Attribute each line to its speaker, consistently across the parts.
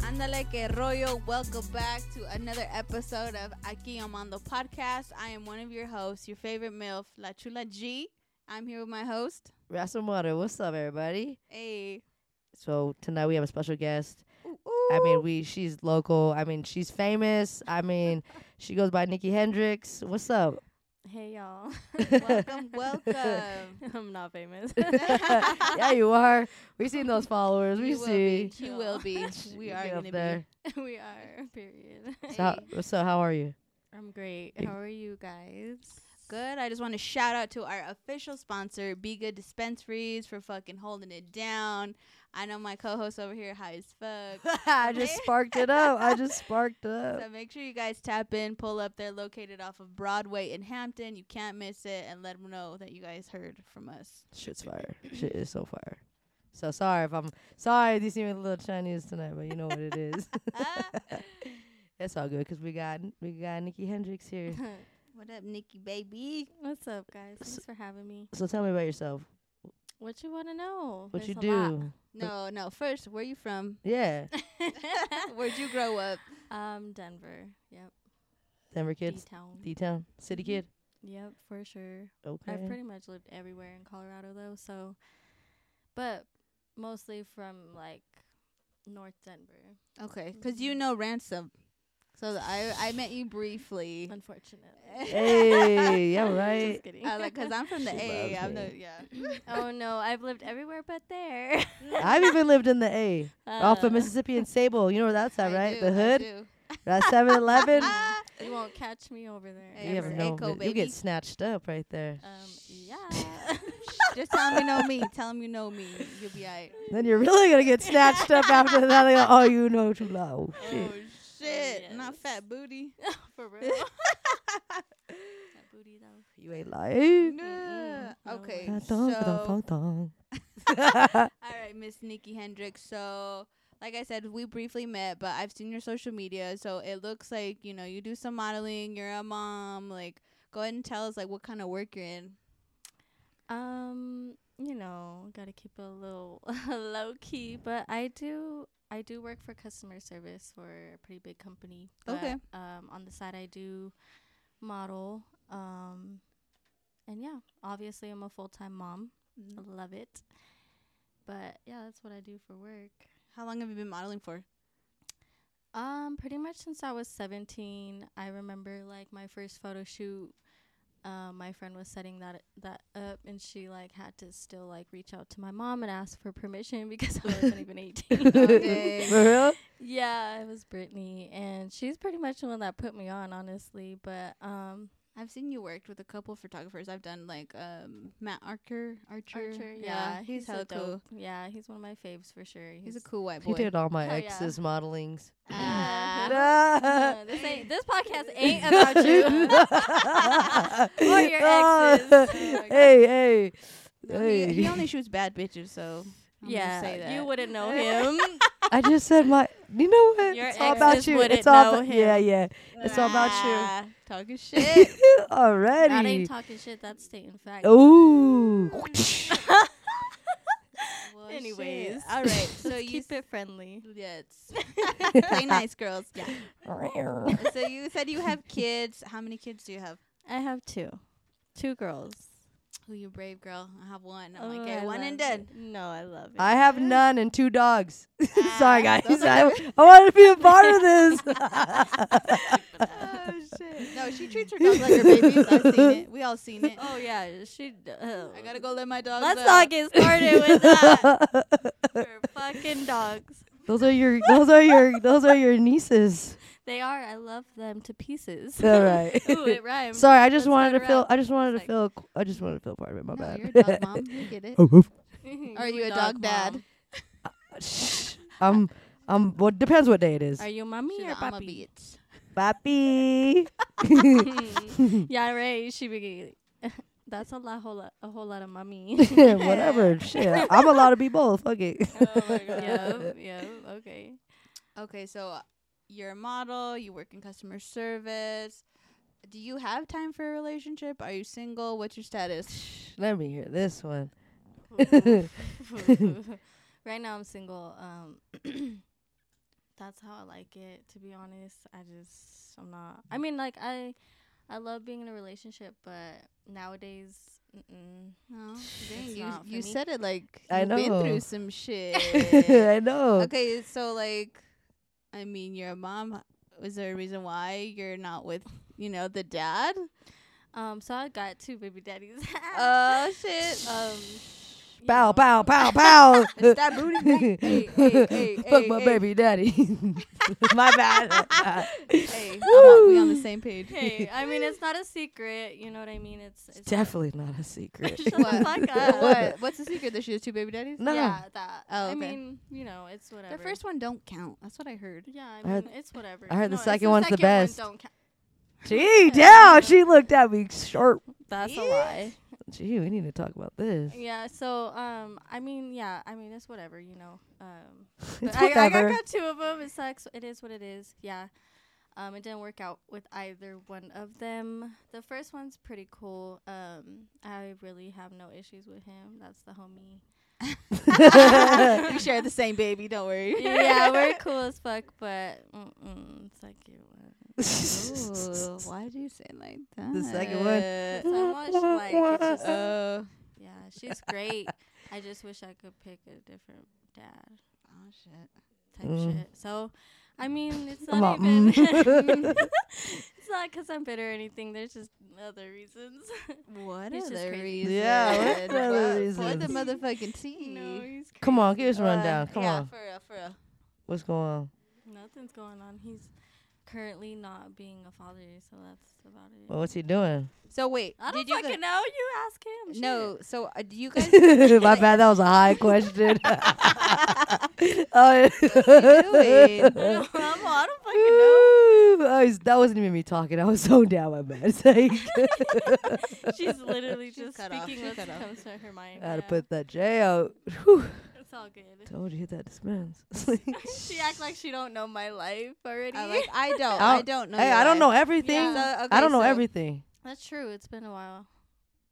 Speaker 1: Andale que rollo. Welcome back to another episode of Aquí Amando Podcast. I am one of your hosts, your favorite MILF, La Chula G. I'm here with my host.
Speaker 2: Rasamara, what's up, everybody?
Speaker 1: Hey.
Speaker 2: So tonight we have a special guest. I mean, we she's local. I mean, she's famous. I mean, she goes by Nikki Hendrix. What's up?
Speaker 3: Hey y'all.
Speaker 1: welcome, welcome.
Speaker 3: I'm not famous.
Speaker 2: yeah, you are. We seen those followers. We
Speaker 1: You will be.
Speaker 2: see.
Speaker 1: You will be. We are
Speaker 2: Get
Speaker 1: going
Speaker 2: up
Speaker 1: to be.
Speaker 2: there.
Speaker 3: we are, period.
Speaker 2: So how, so how are you?
Speaker 3: I'm great.
Speaker 2: Hey.
Speaker 3: How are you guys?
Speaker 1: Good. I just want to shout out to our official sponsor, Be Good Dispensaries, for fucking holding it down. I know my co host over here high as fuck.
Speaker 2: I just sparked it up. I just sparked it up.
Speaker 1: So make sure you guys tap in, pull up. They're located off of Broadway in Hampton. You can't miss it, and let them know that you guys heard from us.
Speaker 2: Shit's fire. Shit is so fire. So sorry if I'm sorry if you see me a little Chinese tonight, but you know what it is.
Speaker 1: Ah,
Speaker 2: It's all good because we got we got Nikki Hendrix here.
Speaker 1: what up, Nikki baby?
Speaker 3: What's up, guys?
Speaker 2: S-
Speaker 3: Thanks for having me.
Speaker 2: So tell me about yourself.
Speaker 3: What you want to know?
Speaker 2: What you
Speaker 3: There's a lot.
Speaker 2: do?
Speaker 1: No, no. First, where you from?
Speaker 2: Yeah,
Speaker 1: Where'd you grow up?
Speaker 3: Um, Denver. Yep.
Speaker 2: Denver kids,
Speaker 3: D-town.
Speaker 2: D town, city
Speaker 1: Mm-hmm.
Speaker 2: kid.
Speaker 3: yep, for sure.
Speaker 2: Okay.
Speaker 3: I've pretty much lived everywhere in Colorado though, so but mostly from like North Denver,
Speaker 1: Okay, because you know Ransom. So th- I I met you briefly.
Speaker 3: unfortunately.
Speaker 2: hey, yeah, right.
Speaker 3: Just kidding.
Speaker 1: I like, cause I'm from the
Speaker 2: She
Speaker 1: A.
Speaker 2: loves
Speaker 1: I'm the
Speaker 2: me.
Speaker 1: yeah.
Speaker 3: oh no, I've lived everywhere but there.
Speaker 2: I've even lived in the A, off
Speaker 3: Uh,
Speaker 2: of Mississippi and Sable. You know where that's at,
Speaker 1: I
Speaker 2: right?
Speaker 1: do,
Speaker 2: the
Speaker 1: I
Speaker 2: hood.
Speaker 1: do.
Speaker 2: That's Seven Eleven.
Speaker 3: You won't catch me over there.
Speaker 1: Hey,
Speaker 2: You have
Speaker 1: ever.
Speaker 2: no.
Speaker 1: Echo,
Speaker 2: vi- you
Speaker 1: baby.
Speaker 2: get snatched up right there.
Speaker 3: Um, yeah.
Speaker 1: Just tell 'em you know me. Tell 'em you know me. You'll be alright.
Speaker 2: Then you're really gonna get snatched up after that. They go, oh, you know too low.
Speaker 1: Oh
Speaker 2: Shit.
Speaker 1: shit! Not
Speaker 3: yes.
Speaker 1: fat booty.
Speaker 3: For real. that booty though.
Speaker 2: You ain't lying.
Speaker 1: Nah.
Speaker 3: no
Speaker 1: okay,
Speaker 2: Dun, dun,
Speaker 1: so
Speaker 2: dun, dun, dun.
Speaker 1: all right, Miss Nikki Hendricks. So, like I said, we briefly met, but I've seen your social media. So it looks like you know you do some modeling. You're a mom. Like, go ahead and tell us like what kind of work you're in.
Speaker 3: Um, you know, gotta keep it a little low key, but I do. I do work for customer service for a pretty big company. But,
Speaker 1: Okay.
Speaker 3: Um, on the side, I do model. Um, and yeah, obviously, I'm a full time mom.
Speaker 1: Mm-hmm.
Speaker 3: I love it. But yeah, that's what I do for work.
Speaker 1: How long have you been modeling for?
Speaker 3: Um, pretty much since I was 17, I remember like my first photo shoot. Um, my friend was setting that that up, and she like had to still like reach out to my mom and ask for permission because I wasn't even 18.
Speaker 1: Okay.
Speaker 2: For real?
Speaker 3: yeah, it was Brittany, and she's pretty much the one that put me on, honestly. But um,
Speaker 1: I've seen you worked with a couple photographers. I've done like um Matt Archer, Archer.
Speaker 3: Archer, yeah,
Speaker 1: he's,
Speaker 3: so
Speaker 1: hella cool.
Speaker 3: dope. Yeah, he's one of my faves for sure.
Speaker 1: He's a cool white boy.
Speaker 2: He did all my
Speaker 3: Oh, yeah.
Speaker 2: exes modelings.
Speaker 1: Ah.
Speaker 3: Uh, this ain't this podcast ain't about you.
Speaker 2: or
Speaker 3: your
Speaker 2: Ah.
Speaker 3: exes. Oh
Speaker 2: hey, hey.
Speaker 1: So he, he
Speaker 2: Hey.
Speaker 1: only shoots bad bitches, so I'm gonna
Speaker 3: yeah,
Speaker 1: say that.
Speaker 3: you wouldn't know him.
Speaker 2: I just said my. You know what?
Speaker 3: Your
Speaker 2: it's all about
Speaker 3: exes
Speaker 2: you.
Speaker 3: wouldn't
Speaker 2: It's all
Speaker 3: know
Speaker 2: about
Speaker 3: him.
Speaker 2: yeah, yeah. It's all about
Speaker 1: Ah, Talking
Speaker 2: you.
Speaker 1: shit.
Speaker 3: That
Speaker 2: Already.
Speaker 3: ain't talking shit. That's stating fact.
Speaker 2: Oh, Ooh.
Speaker 1: Well, shit.
Speaker 3: Anyways,
Speaker 1: all right. So you
Speaker 3: keep it friendly.
Speaker 1: yes, play nice girls. Yeah. So you said you have kids. How many kids do you have?
Speaker 3: I have two, two girls.
Speaker 1: Oh, you brave girl. Oh, I have one. I'm like, okay, one and done.
Speaker 3: No, I love it.
Speaker 2: I have none and two dogs.
Speaker 1: Ah,
Speaker 2: Sorry, guys.
Speaker 1: those
Speaker 2: I, I wanted to be a part of this.
Speaker 1: Oh shit. No, she treats her dogs like her babies. I've seen it. We all seen it.
Speaker 3: oh yeah, she. d- Uh,
Speaker 1: I gotta go let my dogs.
Speaker 3: Let's
Speaker 1: out.
Speaker 3: not get started with that. Her fucking dogs.
Speaker 2: those are your. Those are your. Those are your nieces.
Speaker 3: They are. I love them to pieces.
Speaker 2: All right.
Speaker 3: Ooh, it rhymed.
Speaker 2: Sorry, I just
Speaker 3: That's
Speaker 2: wanted
Speaker 3: not
Speaker 2: to feel.
Speaker 3: route.
Speaker 2: I just wanted to
Speaker 3: It's
Speaker 2: feel. I just wanted to feel part of it. My
Speaker 1: No,
Speaker 2: bad.
Speaker 1: you're a dog mom. You get it. Are you a dog dad?
Speaker 3: mom.
Speaker 2: Shh. I'm. I'm. Um, Well, depends what day it is.
Speaker 3: Are you mommy
Speaker 1: Shoulda,
Speaker 3: or
Speaker 1: I'ma
Speaker 3: papi?
Speaker 1: be it.
Speaker 2: Papi.
Speaker 3: yeah, right. She be. That's a lot, whole lot, a whole lot of mommy.
Speaker 2: Whatever. Shit. I'm allowed to be both. Fuck it.
Speaker 3: yep, yep. Okay.
Speaker 1: Okay, so uh, you're a model. You work in customer service. Do you have time for a relationship? Are you single? What's your status?
Speaker 2: Let me hear this one.
Speaker 3: right now I'm single. Um, that that's how I like it. To be honest, I just I'm not. I mean, like I, I love being in a relationship, but nowadays, mm-mm.
Speaker 1: No,
Speaker 3: It's
Speaker 1: dang, you,
Speaker 3: not for
Speaker 1: you
Speaker 3: me.
Speaker 1: said it like
Speaker 2: I
Speaker 1: you've been
Speaker 2: know.
Speaker 1: through some shit.
Speaker 2: I know.
Speaker 1: okay, so like, I mean, you're a mom. Is there a reason why you're not with, you know, the dad?
Speaker 3: Um, so I got two baby daddies.
Speaker 1: Oh shit!
Speaker 3: um, you
Speaker 2: Uh, Bow,
Speaker 3: know.
Speaker 2: bow, bow, bow.
Speaker 1: It's that booty back. Hey, hey, hey,
Speaker 2: Fuck
Speaker 1: hey,
Speaker 2: my
Speaker 1: hey.
Speaker 2: baby daddy. my bad.
Speaker 1: hey, I'm not, we on the
Speaker 2: Woo.
Speaker 1: same page.
Speaker 3: Hey, I mean it's not a secret. You know what I mean? It's, it's
Speaker 2: Definitely not a secret.
Speaker 3: Shut the
Speaker 1: What?
Speaker 3: fuck up.
Speaker 1: what? What's the secret? That she has two baby daddies.
Speaker 2: No.
Speaker 3: Yeah, that.
Speaker 1: Oh,
Speaker 3: I
Speaker 1: okay.
Speaker 3: mean, you know, it's whatever.
Speaker 1: The first one don't count. That's what I heard.
Speaker 3: Yeah, I
Speaker 2: I heard-
Speaker 3: mean, it's whatever.
Speaker 2: I heard the
Speaker 3: it's
Speaker 2: second one's the
Speaker 3: second one
Speaker 2: best.
Speaker 3: don't count.
Speaker 2: Gee, damn. She looked at me sharp.
Speaker 3: That's
Speaker 1: Yeah.
Speaker 3: a lie.
Speaker 2: Gee, we need to talk about this.
Speaker 3: Yeah. So, um, I mean, yeah, I mean, it's whatever, you know. Um, but
Speaker 2: It's
Speaker 3: I, I, I
Speaker 2: whatever.
Speaker 3: got two of them. It sucks. It is what it is. Yeah. Um, it didn't work out with either one of them. The first one's pretty cool. Um, I really have no issues with him. That's the homie.
Speaker 1: we share the same baby. Don't worry.
Speaker 3: yeah, we're cool as fuck, but mm-mm, it's like you. uh,
Speaker 1: Ooh, why do you say it like that?
Speaker 2: The second one.
Speaker 3: So much like it's just,
Speaker 1: Uh,
Speaker 3: yeah, she's great. I just wish I could pick a different dad.
Speaker 1: oh shit.
Speaker 3: type
Speaker 2: Mm.
Speaker 3: shit. So, I mean, it's
Speaker 2: I'm
Speaker 3: not
Speaker 2: all,
Speaker 3: even.
Speaker 2: mm.
Speaker 3: it's not 'cause I'm bitter or anything. There's just other reasons.
Speaker 1: What
Speaker 3: He's
Speaker 1: is
Speaker 3: just
Speaker 1: the
Speaker 3: crazy.
Speaker 1: reason?
Speaker 2: Yeah, what
Speaker 1: What-
Speaker 2: other
Speaker 1: Pour the
Speaker 2: reasons?
Speaker 1: motherfucking tea.
Speaker 3: no, he's
Speaker 2: Come on,
Speaker 3: crazy.
Speaker 2: give us a rundown. Come
Speaker 1: yeah,
Speaker 2: on.
Speaker 1: for real, for real.
Speaker 2: What's going on?
Speaker 3: Nothing's going on. He's currently not being a father, so that's about it.
Speaker 2: Well, what's he doing?
Speaker 1: So wait,
Speaker 3: I don't
Speaker 1: did you?
Speaker 3: fucking
Speaker 1: gu-
Speaker 3: know. You ask him. shit.
Speaker 1: no. So uh, do you guys?
Speaker 2: my bad. That was a high question. oh,
Speaker 1: doing?
Speaker 3: I don't, I'm, I don't fucking know.
Speaker 2: Ooh, I was, that wasn't even me talking. I was so down my bad. It's like,
Speaker 3: She's literally
Speaker 1: She's
Speaker 3: just
Speaker 1: cut off.
Speaker 3: speaking
Speaker 1: She's
Speaker 3: what
Speaker 1: cut off.
Speaker 3: comes to her mind.
Speaker 2: I had to
Speaker 3: yeah.
Speaker 2: put that J out. Whew,
Speaker 3: It's all good.
Speaker 2: told you hit that dispense.
Speaker 3: she act like she don't know my life already.
Speaker 1: I Uh, like. I don't.
Speaker 2: I
Speaker 1: I don't know.
Speaker 2: hey,
Speaker 1: your
Speaker 2: I don't
Speaker 1: life.
Speaker 2: know everything.
Speaker 3: Yeah.
Speaker 1: So,
Speaker 2: I
Speaker 1: okay,
Speaker 2: don't know
Speaker 1: so-
Speaker 2: everything.
Speaker 3: That's true. It's been a while.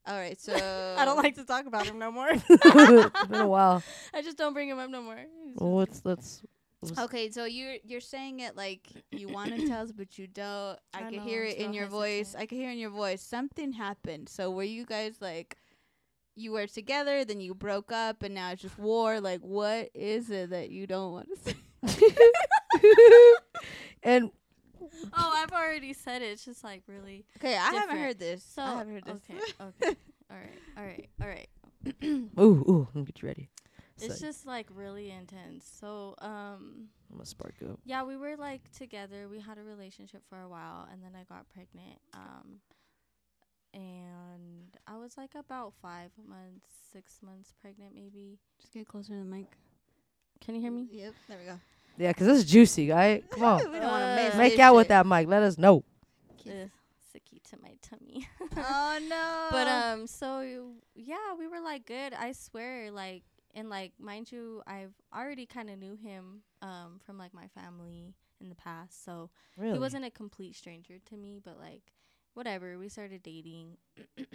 Speaker 1: All right, so
Speaker 3: I don't like to talk about him no more.
Speaker 2: it's been a while.
Speaker 3: I just don't bring him up no more. It's
Speaker 2: Well,
Speaker 3: just-
Speaker 2: let's let's. let's-
Speaker 1: Okay, so you're you're saying it like you want to tell us, but you don't. I,
Speaker 3: I
Speaker 1: can
Speaker 3: know,
Speaker 1: hear
Speaker 3: I'm
Speaker 1: it in
Speaker 3: so
Speaker 1: your voice.
Speaker 3: hesitant.
Speaker 1: I can hear in your voice something happened. So were you guys like, you were together, then you broke up, and now it's just war? Like, what is it that you don't want to say?
Speaker 2: and
Speaker 3: oh, I've already said it. It's just like really.
Speaker 1: Okay, I haven't
Speaker 3: Different.
Speaker 1: heard this.
Speaker 3: So
Speaker 1: I haven't heard this.
Speaker 3: okay, okay, all right, all right, all right.
Speaker 2: ooh, ooh, let me get you ready. It's
Speaker 3: It's
Speaker 2: like,
Speaker 3: just like really intense. So um,
Speaker 2: I'm gonna spark up.
Speaker 3: yeah, we were like together. We had a relationship for a while, and then I got pregnant. Um, and I was like about five months, six months pregnant, maybe.
Speaker 1: Just get closer to the mic.
Speaker 3: Can you hear me?
Speaker 1: Yep, there we go.
Speaker 2: Yeah, 'cause this is juicy, right? Come on,
Speaker 1: we don't want to
Speaker 3: Uh,
Speaker 1: mess
Speaker 2: Oh. make
Speaker 1: this
Speaker 2: out
Speaker 1: shit.
Speaker 2: with that mic. Let us know.
Speaker 3: Ugh, Sicky to my tummy.
Speaker 1: Oh no!
Speaker 3: But um, so you- yeah, we were like good. I swear, like and like mind you, I've already kind of knew him um from like my family in the past, so
Speaker 2: Really?
Speaker 3: he wasn't a complete stranger to me. But like whatever, we started dating,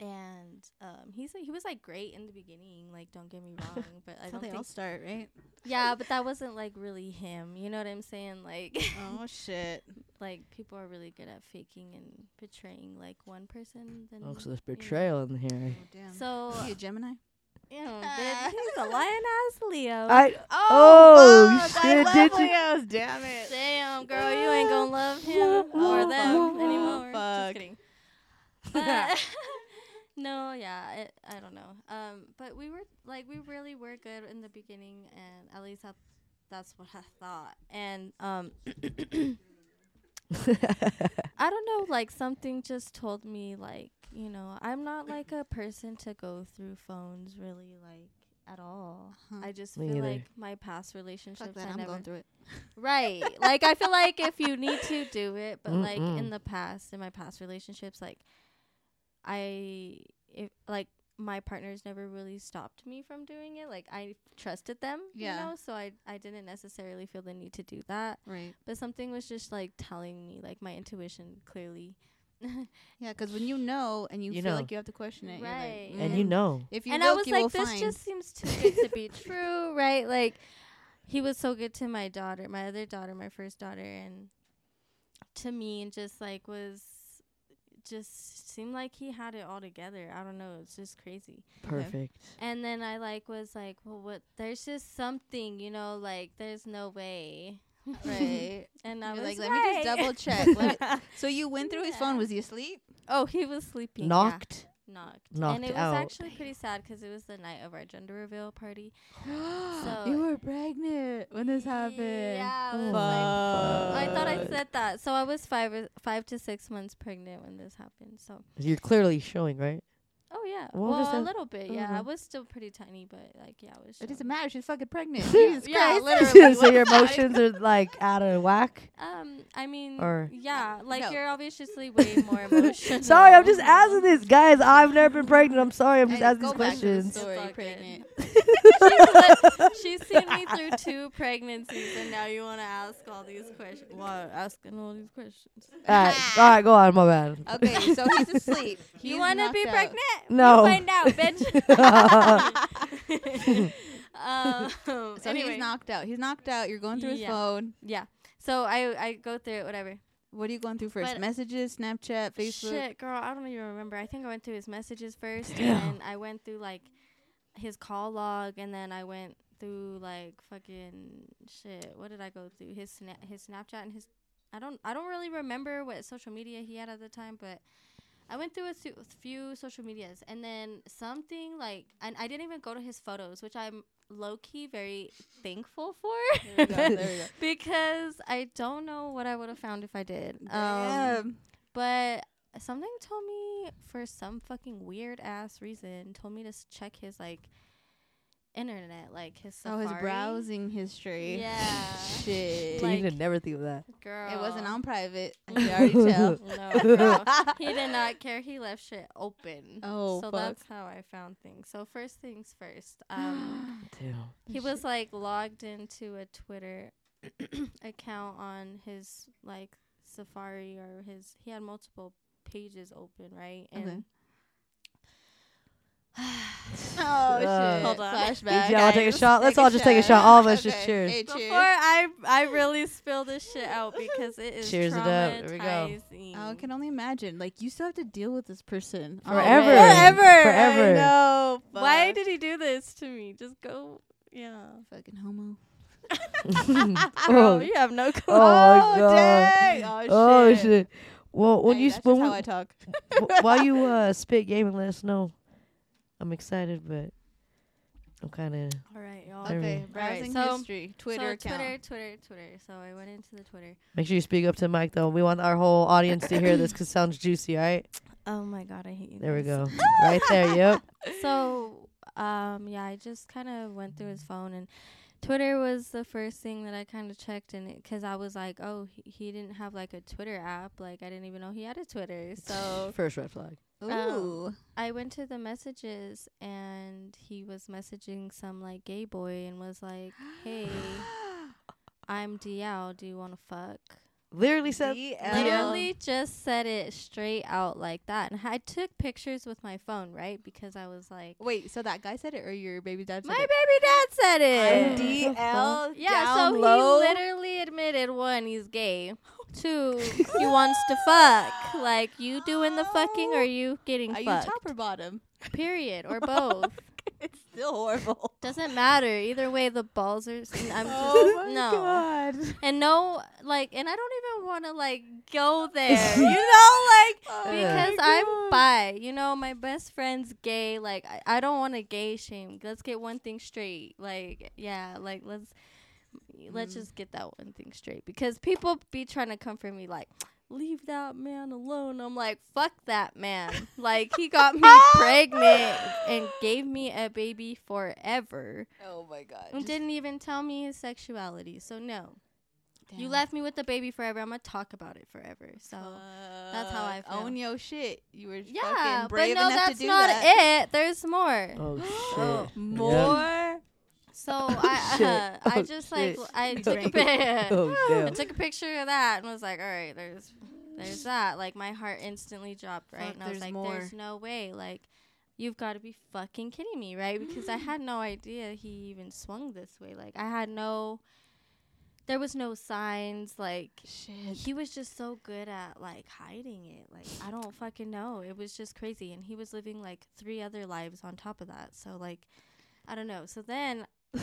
Speaker 3: and um, he's he was like great in the beginning. Like don't get me wrong, but I
Speaker 1: That's how
Speaker 3: don't
Speaker 1: they all
Speaker 3: think
Speaker 1: start, right?
Speaker 3: yeah, but that wasn't like really him. You know what I'm saying? Like
Speaker 1: oh shit!
Speaker 3: like people are really good at faking and betraying like one person. Then
Speaker 2: Oh, so there's
Speaker 3: you know.
Speaker 2: betrayal in here.
Speaker 1: Oh damn.
Speaker 3: So uh,
Speaker 1: you a Gemini?
Speaker 3: Ew, bitch, he's a lion ass Leo.
Speaker 2: I Oh,
Speaker 1: fuck, I
Speaker 2: shit,
Speaker 1: love
Speaker 2: did you-
Speaker 1: Leos, damn it.
Speaker 3: Damn, girl, you ain't gonna love him or them anymore.
Speaker 1: Fuck.
Speaker 3: Just kidding. But- no, yeah, it, I don't know. Um, but we were like, we really were good in the beginning, and at least that, that's what I thought. And um, I don't know, like something just told me, like you know, I'm not like a person to go through phones really, like at all.
Speaker 1: Uh-huh.
Speaker 3: I just
Speaker 2: Me
Speaker 3: feel
Speaker 2: either.
Speaker 3: like my past relationships,
Speaker 1: Fuck that,
Speaker 3: I
Speaker 1: I'm
Speaker 3: never
Speaker 1: going through it.
Speaker 3: Right. Like I feel like if you need to do it, but like
Speaker 2: Mm-mm.
Speaker 3: in the past, in my past relationships, like I if like my partners never really stopped me from doing it. Like I trusted them,
Speaker 1: Yeah.
Speaker 3: you know, so I I didn't necessarily feel the need to do that.
Speaker 1: Right.
Speaker 3: But something was just like telling me, like my intuition clearly.
Speaker 1: Yeah, because when you know and you,
Speaker 2: You
Speaker 1: feel
Speaker 2: know.
Speaker 1: like you have to question it,
Speaker 3: Right.
Speaker 1: You're like,
Speaker 2: and you
Speaker 1: mm.
Speaker 2: know.
Speaker 1: If you
Speaker 3: and
Speaker 1: look,
Speaker 3: I was
Speaker 1: you will
Speaker 3: like, this
Speaker 1: find.
Speaker 3: just seems too good to be true, right? Like he was so good to my daughter, my other daughter, my first daughter, and to me, and just like was just seemed like he had it all together. I don't know, it's just crazy.
Speaker 2: Perfect.
Speaker 3: And then I like was like, well, what? There's just something, you know, like there's no way.
Speaker 1: right.
Speaker 3: And I
Speaker 1: You're
Speaker 3: was
Speaker 1: like, let me just double check. Let
Speaker 3: check.
Speaker 1: So you went through his phone.
Speaker 3: Yeah.
Speaker 1: Was he asleep?
Speaker 3: oh, he was sleeping. yeah.
Speaker 2: Knocked.
Speaker 3: knocked.
Speaker 2: Knocked
Speaker 3: and it
Speaker 2: out.
Speaker 3: was actually pretty sad because it was the night of our gender reveal party.
Speaker 1: you were pregnant when this happened.
Speaker 3: Yeah, I
Speaker 2: Oh
Speaker 3: was
Speaker 1: Fuck.
Speaker 3: I thought I
Speaker 2: Fuck.
Speaker 3: said that. So I was five or- five to six months pregnant when this happened. So
Speaker 2: You're clearly showing, right?
Speaker 3: oh yeah,
Speaker 2: What was
Speaker 3: well a
Speaker 2: that?
Speaker 3: little bit. Yeah, I
Speaker 2: Mhm.
Speaker 3: was still pretty tiny, but like yeah, I was.
Speaker 1: It doesn't
Speaker 3: showing.
Speaker 1: matter. She's fucking pregnant.
Speaker 3: Yeah,
Speaker 1: Jesus
Speaker 3: yeah,
Speaker 1: Christ.
Speaker 3: literally.
Speaker 2: so your
Speaker 3: What's that?
Speaker 2: emotions are like out of whack.
Speaker 3: Um, I mean,
Speaker 2: Or-
Speaker 3: yeah, like
Speaker 1: No.
Speaker 3: you're obviously way more emotional.
Speaker 2: sorry, I'm just asking this, guys. I've never been pregnant. I'm sorry, I'm just
Speaker 1: Hey,
Speaker 2: asking
Speaker 1: go
Speaker 2: these
Speaker 1: back to the
Speaker 2: questions.
Speaker 3: It's
Speaker 1: Story
Speaker 3: all good.
Speaker 1: pregnant.
Speaker 3: She's seen me through two pregnancies, and now you want to ask all these questions. Why asking all these questions?
Speaker 2: All right, all right, go on. My bad.
Speaker 1: Okay, so he's asleep. He's
Speaker 3: you want to be
Speaker 1: knocked out.
Speaker 3: pregnant?
Speaker 2: No.
Speaker 3: You find out, bitch. um,
Speaker 1: So
Speaker 3: anyway.
Speaker 1: he's knocked out. He's knocked out. You're going through his
Speaker 3: Yeah.
Speaker 1: phone.
Speaker 3: Yeah. So I I go through it, whatever.
Speaker 1: What are you going through first?
Speaker 3: But-
Speaker 1: Messages, Snapchat, Facebook.
Speaker 3: Shit, girl, I don't even remember. I think I went through his messages first,
Speaker 2: Damn.
Speaker 3: and I went through like his call log, and then I went through like fucking shit. What did I go through? His sna- his Snapchat and his I don't I don't really remember what social media he had at the time, but I went through a su- few social medias, and then something like and I didn't even go to his photos, which I'm low key very thankful for
Speaker 1: There we go. There we go.
Speaker 3: because I don't know what I would have found if I did. Um,
Speaker 1: Damn.
Speaker 3: but something told me for some fucking weird ass reason told me to s- check his like internet, like his
Speaker 1: oh,
Speaker 3: Safari.
Speaker 1: his browsing history.
Speaker 3: Yeah.
Speaker 1: Shit.
Speaker 2: you
Speaker 3: Like-
Speaker 2: did never think of that.
Speaker 3: Girl,
Speaker 1: it wasn't on private. I
Speaker 3: Mm.
Speaker 1: can already tell.
Speaker 3: No, girl. he did not care. He left shit open.
Speaker 1: Oh,
Speaker 3: so
Speaker 1: fuck.
Speaker 3: that's how I found things. So first things first. Um.
Speaker 2: Damn.
Speaker 3: he was like logged into a Twitter account on his like Safari or his he had multiple pages open, right?
Speaker 1: Okay.
Speaker 3: And
Speaker 1: Oh shit!
Speaker 3: Hold on.
Speaker 1: Flashback.
Speaker 2: Did y'all take a
Speaker 1: Guys,
Speaker 2: shot? Let's all just take a shot. All of us just cheers.
Speaker 1: Hey,
Speaker 3: before
Speaker 1: cheers.
Speaker 3: I I really spill this shit out because it is
Speaker 2: Cheers it up. There we go.
Speaker 3: traumatizing.
Speaker 1: I can only imagine. Like you still have to deal with this person Already.
Speaker 2: Forever.
Speaker 3: Forever.
Speaker 2: Forever.
Speaker 3: I know. Why
Speaker 1: Fuck.
Speaker 3: did he do this to me? Just go. Yeah.
Speaker 1: Fucking homo.
Speaker 2: Oh.
Speaker 3: Bro, you have no clue.
Speaker 2: Oh, my God.
Speaker 1: dang. Oh,
Speaker 2: Oh
Speaker 1: shit.
Speaker 2: shit. Well, when
Speaker 1: Hey,
Speaker 2: you
Speaker 1: that's
Speaker 2: when
Speaker 1: just how
Speaker 2: we-
Speaker 1: I talk.
Speaker 2: Wh- while you uh, spit game and let us know. I'm excited, but I'm kind of.
Speaker 3: All right, y'all.
Speaker 2: There we
Speaker 1: Okay,
Speaker 2: go.
Speaker 1: browsing
Speaker 3: So-
Speaker 1: history, Twitter
Speaker 3: so
Speaker 1: account.
Speaker 3: Twitter, Twitter, Twitter. So I went into the Twitter.
Speaker 2: Make sure you speak up to the mic, though. We want our whole audience to hear this 'cause it sounds juicy, all right?
Speaker 3: Oh my god, I hate you.
Speaker 2: There we go.
Speaker 3: guys.
Speaker 2: right there, yep.
Speaker 3: so um yeah i just kind of went through his phone and twitter was the first thing that i kind of checked and because i was like oh he, he didn't have like a twitter app like i didn't even know he had a twitter
Speaker 1: Oh.
Speaker 3: so
Speaker 2: First red flag.
Speaker 1: Ooh.
Speaker 3: i went to the messages and he was messaging some like gay boy and was like hey i'm dl do you want to fuck
Speaker 2: Literally said.
Speaker 3: literally just said it straight out like that and i took pictures with my phone right because i was like
Speaker 1: Wait, so that guy said it, or your baby dad said
Speaker 3: my
Speaker 1: it?
Speaker 3: baby dad said it
Speaker 2: Yeah.
Speaker 1: DL
Speaker 3: Yeah,
Speaker 1: down
Speaker 3: so
Speaker 1: low.
Speaker 3: he literally admitted one, he's gay. Two, he wants to fuck. Like you doing the fucking or you getting
Speaker 1: Are you
Speaker 3: fucked?
Speaker 1: top or bottom?
Speaker 3: Period or both.
Speaker 1: It's still horrible.
Speaker 3: Doesn't matter. Either way, the balls are. s- I'm just no
Speaker 1: Oh God.
Speaker 3: and no like, and I don't even want to like go there. You know, like
Speaker 2: Oh
Speaker 1: Uh,
Speaker 3: because I'm bi. You know, my best friend's gay. Like, I, I don't want to gay shame. Let's get one thing straight. Like, yeah, like let's let's just get that one thing straight because people be trying to comfort me like. Leave that man alone. I'm like, fuck that man. Like, he got me pregnant and gave me a baby forever.
Speaker 1: Oh my god.
Speaker 3: And didn't even tell me his sexuality. So, no. You left me with the baby forever. I'm going to talk about it forever. So,
Speaker 1: That's
Speaker 3: how I feel.
Speaker 1: own your shit. You were
Speaker 3: yeah,
Speaker 1: fucking brave
Speaker 3: but no,
Speaker 1: enough
Speaker 3: that's
Speaker 1: to do
Speaker 3: not
Speaker 1: that.
Speaker 3: it. There's more.
Speaker 2: Oh, shit.
Speaker 3: Oh,
Speaker 1: More.
Speaker 3: So I,
Speaker 2: shit.
Speaker 3: uh, I
Speaker 2: Oh,
Speaker 3: just like
Speaker 2: shit.
Speaker 3: l- I
Speaker 1: You
Speaker 3: took a
Speaker 1: drank
Speaker 3: pic.
Speaker 2: Oh,
Speaker 3: I
Speaker 2: damn.
Speaker 3: took a picture of that and was like, all right, there's there's that. Like my heart instantly dropped, right?
Speaker 1: Fuck,
Speaker 3: and I was
Speaker 1: there's
Speaker 3: like,
Speaker 1: more.
Speaker 3: there's no way. Like You've got to be fucking kidding me, right? Because I had no idea he even swung this way. Like I had no there was no signs like
Speaker 1: Shit.
Speaker 3: he was just so good at like hiding it. Like I don't fucking know. It was just crazy and he was living like three other lives on top of that. So like I don't know. So then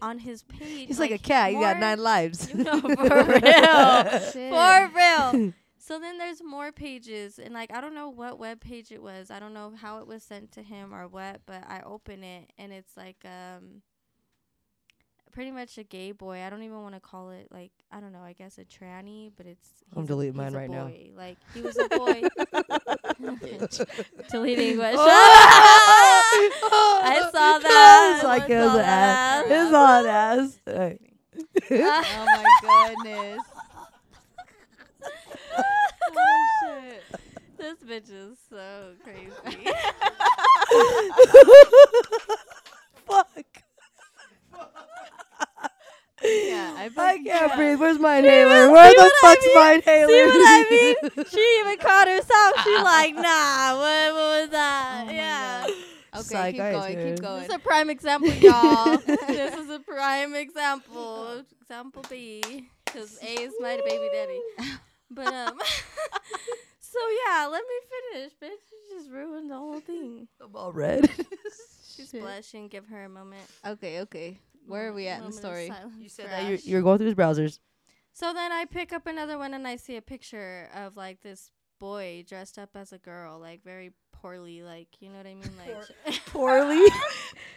Speaker 3: on his page
Speaker 2: He's like, a cat. You got
Speaker 3: more-
Speaker 2: nine lives.
Speaker 3: You know, for real.
Speaker 1: Shit.
Speaker 3: For real. so then there's more pages, and like I don't know what web page it was. I don't know how it was sent to him or what, but I open it and it's like um pretty much a gay boy. I don't even want to call it like I don't know. I guess a tranny, but it's
Speaker 2: I'm
Speaker 3: he's a-
Speaker 2: deleting
Speaker 3: he's
Speaker 2: mine
Speaker 3: a
Speaker 2: right now.
Speaker 3: boy. Like he was a boy deleting what. I saw that.
Speaker 2: It's like
Speaker 3: I
Speaker 2: it was
Speaker 3: saw
Speaker 2: an ass.
Speaker 3: that.
Speaker 2: It's all an ass. Alright.
Speaker 1: oh my goodness. oh shit.
Speaker 3: This bitch is so crazy.
Speaker 2: Fuck.
Speaker 1: Yeah, I,
Speaker 2: I
Speaker 1: fucking
Speaker 2: can't
Speaker 1: can't.
Speaker 2: breathe. Where's my inhaler? Where
Speaker 3: see
Speaker 2: the
Speaker 3: what I
Speaker 2: fuck's
Speaker 3: mean?
Speaker 2: my inhaler?
Speaker 3: See what I mean? She even caught herself. She's like, nah, what, what was
Speaker 1: Oh
Speaker 3: that? yeah.
Speaker 1: Okay,
Speaker 2: Psych,
Speaker 1: keep
Speaker 2: I
Speaker 1: going.
Speaker 2: did.
Speaker 1: Keep going.
Speaker 3: This is a prime example, y'all. this is a prime example. Example B. Because A is my baby daddy. But, um, so yeah, let me finish, bitch. You just ruined the whole thing.
Speaker 2: I'm all red.
Speaker 3: She's
Speaker 1: Shit.
Speaker 3: blushing. Give her a moment.
Speaker 1: Okay, okay. Where are
Speaker 3: Moment-
Speaker 1: we at in the
Speaker 3: moment of
Speaker 1: story?
Speaker 3: silence
Speaker 2: You
Speaker 3: for
Speaker 2: said that you're,
Speaker 3: Ash.
Speaker 2: you're going through his browsers.
Speaker 3: So then I pick up another one and I see a picture of like this boy dressed up as a girl, like very poorly, like you know what I mean? Like
Speaker 2: Poorly.
Speaker 3: it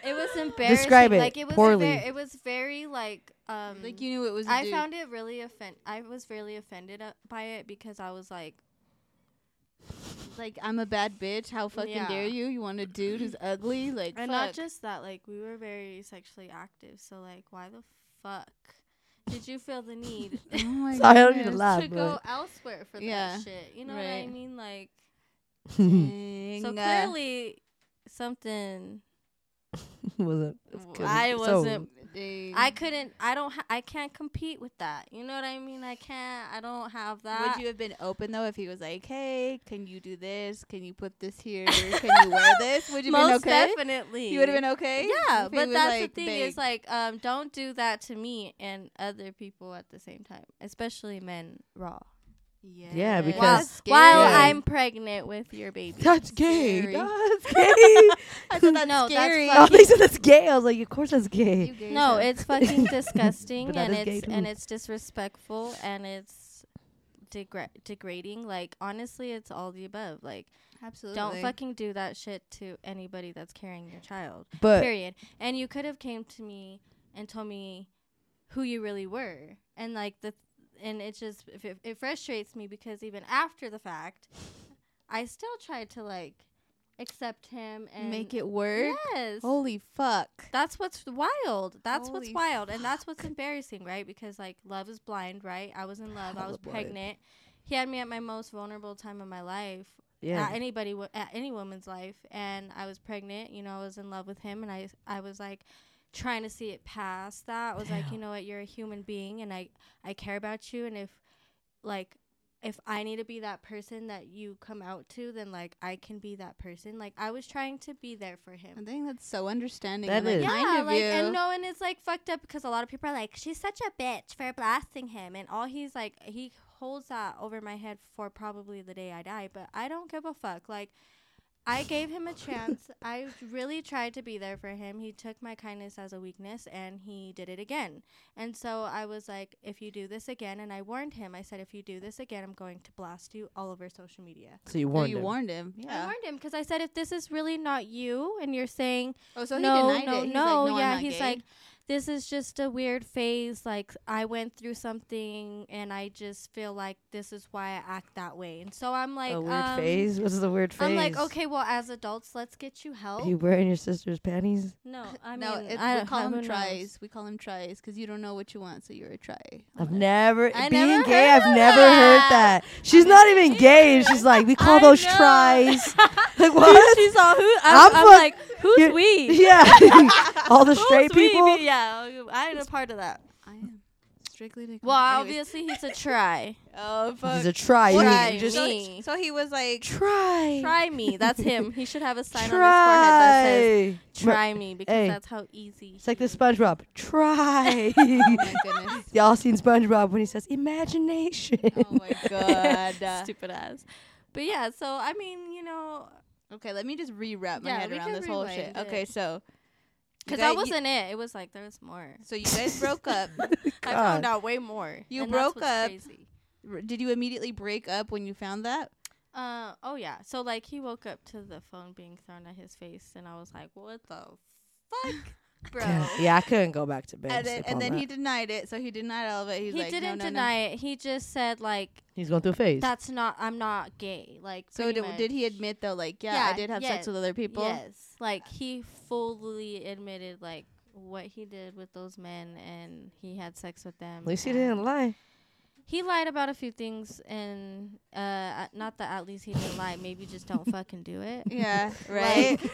Speaker 3: was embarrassing.
Speaker 2: Describe it,
Speaker 3: Like it was a
Speaker 2: poorly.
Speaker 3: ver- it was very like um
Speaker 1: Like you knew it was. a
Speaker 3: I
Speaker 1: dude.
Speaker 3: found it really offend. I was really offended uh, by it because I was like,
Speaker 1: like I'm a bad bitch. How fucking
Speaker 3: Yeah.
Speaker 1: dare you? You want a dude who's ugly? Like
Speaker 3: and
Speaker 1: fuck.
Speaker 3: not just that, like we were very sexually active, so like why the fuck did you feel the need
Speaker 1: Oh my
Speaker 2: Sorry, I don't need to
Speaker 1: goodness.
Speaker 2: laugh.
Speaker 3: to
Speaker 2: but-
Speaker 3: go elsewhere for
Speaker 1: Yeah,
Speaker 3: that shit? You know what I
Speaker 1: right.
Speaker 3: mean? Like
Speaker 2: Wasn't
Speaker 1: Dang,
Speaker 3: so
Speaker 1: uh,
Speaker 3: clearly something
Speaker 2: it's
Speaker 3: W-
Speaker 2: good.
Speaker 3: I
Speaker 2: So,
Speaker 3: wasn't-
Speaker 1: dang.
Speaker 3: I couldn't. I don't. Ha- I can't compete with that. You know what I mean? I can't. I don't have that.
Speaker 1: Would you have been open though if he was like, "Hey, can you do this? Can you put this here? Can you wear this?" Would you have been
Speaker 3: Most
Speaker 1: okay?
Speaker 3: definitely.
Speaker 1: You would have been okay.
Speaker 3: Yeah,
Speaker 1: If he
Speaker 3: but
Speaker 1: was
Speaker 3: that's
Speaker 1: like,
Speaker 3: the thing
Speaker 1: "Babe,
Speaker 3: is like, um, don't do that to me and other people at the same time, especially men raw.
Speaker 2: Yeah,
Speaker 1: yes.
Speaker 2: because-
Speaker 3: While,
Speaker 2: That's
Speaker 3: while
Speaker 2: scary.
Speaker 3: I'm pregnant with your baby.
Speaker 2: That's gay.
Speaker 1: Scary.
Speaker 2: That's gay.
Speaker 1: I said that's
Speaker 3: No, that's
Speaker 1: scary.
Speaker 2: oh, they said that's gay. I was like, of course that's gay.
Speaker 1: You gay
Speaker 3: No,
Speaker 1: as
Speaker 3: it's fucking disgusting
Speaker 2: But that
Speaker 3: and
Speaker 2: is gay
Speaker 3: it's
Speaker 2: too.
Speaker 3: and it's disrespectful and it's degra- degrading. Like honestly, it's all the above. Like
Speaker 1: hell. absolutely
Speaker 3: don't fucking do that shit to anybody that's carrying your child.
Speaker 2: But
Speaker 3: period. And you could have came to me and told me who you really were, and like the, and it just if it, it frustrates me because even after the fact, I still tried to like accept him and
Speaker 1: make it work.
Speaker 3: Yes,
Speaker 1: Holy fuck.
Speaker 3: that's what's wild. That's what's
Speaker 1: Holy
Speaker 3: wild, and that's what's embarrassing, right? Because like love is blind, right? I was in love. I
Speaker 2: Hella
Speaker 3: was
Speaker 2: blind.
Speaker 3: pregnant. He had me at my most vulnerable time of my life,
Speaker 2: yeah,
Speaker 3: at anybody w- at any woman's life and i was pregnant you know i was in love with him and i i was like trying to see it past that I was like you
Speaker 2: Damn.
Speaker 3: know what you're a human being and i i care about you and if like if i need to be that person that you come out to then like i can be that person like i was trying to be there for him
Speaker 1: I think that's so understanding.
Speaker 2: That
Speaker 1: and, like,
Speaker 2: is.
Speaker 1: kind of
Speaker 3: like
Speaker 1: you.
Speaker 3: and no, and it's like fucked up because a lot of people are like, she's such a bitch for blasting him, and all he's like, he holds that over my head for probably the day I die, but I don't give a fuck. Like, I gave him a chance. I really tried to be there for him. He took my kindness as a weakness, and he did it again. And so I was like, if you do this again, and I warned him. I said, if you do this again, I'm going to blast you all over social media.
Speaker 2: so you
Speaker 1: So
Speaker 2: warned
Speaker 1: you
Speaker 2: him.
Speaker 1: warned him.
Speaker 3: I
Speaker 1: Yeah.
Speaker 3: warned him because I said, if this is really not you, and you're saying
Speaker 1: Oh, so
Speaker 3: no,
Speaker 1: he denied
Speaker 3: no,
Speaker 1: it. He's
Speaker 3: no.
Speaker 1: like, no, I'm
Speaker 3: yeah,
Speaker 1: not
Speaker 3: he's
Speaker 1: gay."
Speaker 3: like, this is just a weird phase. Like, I went through something, and I just feel like this is why I act that way. And so I'm like,
Speaker 2: a weird
Speaker 3: um,
Speaker 2: phase. What's the weird phase?
Speaker 3: I'm like, okay, well, as adults, let's get you help.
Speaker 2: Are you wearing your sister's panties?
Speaker 3: no, I mean,
Speaker 1: no, it's,
Speaker 3: I
Speaker 1: we
Speaker 3: don't
Speaker 1: call
Speaker 3: who
Speaker 1: him
Speaker 3: knows?
Speaker 1: tries. We call him tries because you don't know what you want, so you're a try.
Speaker 2: I've never
Speaker 3: I
Speaker 2: being
Speaker 3: never
Speaker 2: gay.
Speaker 3: heard
Speaker 2: I've
Speaker 3: of
Speaker 2: never
Speaker 3: that.
Speaker 2: heard that. She's not even gay. and She's like, we call
Speaker 3: I
Speaker 2: those
Speaker 3: know.
Speaker 2: tries. Like what?
Speaker 3: She's all who?
Speaker 2: I'm
Speaker 3: I'm,
Speaker 2: fuck-
Speaker 3: I'm like, who's
Speaker 2: you-
Speaker 3: we?
Speaker 2: yeah, all the
Speaker 3: Who's
Speaker 2: straight
Speaker 3: we?
Speaker 2: people.
Speaker 3: Yeah, I'm a part of that.
Speaker 1: I am strictly to.
Speaker 3: Well,
Speaker 1: Anyways.
Speaker 3: obviously he's a try.
Speaker 1: Oh fuck.
Speaker 2: He's a try.
Speaker 1: Well,
Speaker 3: Try
Speaker 1: he-
Speaker 2: You just
Speaker 1: so,
Speaker 3: me.
Speaker 1: so he was like,
Speaker 2: try.
Speaker 3: try me. That's him. He should have a sign
Speaker 2: Try.
Speaker 3: on his forehead that says "Try me" because
Speaker 2: Hey.
Speaker 3: that's how easy.
Speaker 2: It's like the
Speaker 3: he-
Speaker 2: SpongeBob. Try.
Speaker 1: oh my goodness,
Speaker 2: Y'all seen SpongeBob when he says imagination?
Speaker 1: oh my god.
Speaker 3: Stupid ass. But yeah, so I mean, you know,
Speaker 1: okay, let me just rewrap my
Speaker 3: Yeah,
Speaker 1: head
Speaker 3: we
Speaker 1: around
Speaker 3: can
Speaker 1: this whole shit.
Speaker 3: rewind it.
Speaker 1: Okay, so you
Speaker 3: because
Speaker 1: guy-
Speaker 3: that
Speaker 1: you-
Speaker 3: wasn't it. It was like there was more.
Speaker 1: so you guys broke up.
Speaker 3: I
Speaker 2: God.
Speaker 3: found out way more.
Speaker 1: You
Speaker 3: and that's
Speaker 1: broke
Speaker 3: what's
Speaker 1: up.
Speaker 3: Crazy.
Speaker 1: R- Did you immediately break up when you found that?
Speaker 3: Uh oh yeah. So like he woke up to the phone being thrown at his face, and I was like, what the fuck, bro?
Speaker 2: Damn. Yeah, I couldn't go back to bed.
Speaker 1: and then, and then he denied it. So he denied all of it. He's
Speaker 3: he
Speaker 1: like, no,
Speaker 3: didn't
Speaker 1: no, no.
Speaker 3: deny it. He just said like,
Speaker 2: he's going through a phase.
Speaker 3: that's not. I'm not gay. Like
Speaker 1: So
Speaker 3: pretty
Speaker 1: did, did he
Speaker 3: much.
Speaker 1: admit though? Like, yeah, I
Speaker 3: Yeah,
Speaker 1: did have sex
Speaker 3: yes,
Speaker 1: with other people.
Speaker 3: Yes. Like he fully admitted like what he did with those men and he had sex with them.
Speaker 2: At least he
Speaker 3: and
Speaker 2: didn't lie.
Speaker 3: He lied about a few things and uh uh, not that at least he didn't lie, maybe just don't fucking do it.
Speaker 1: Yeah. Right.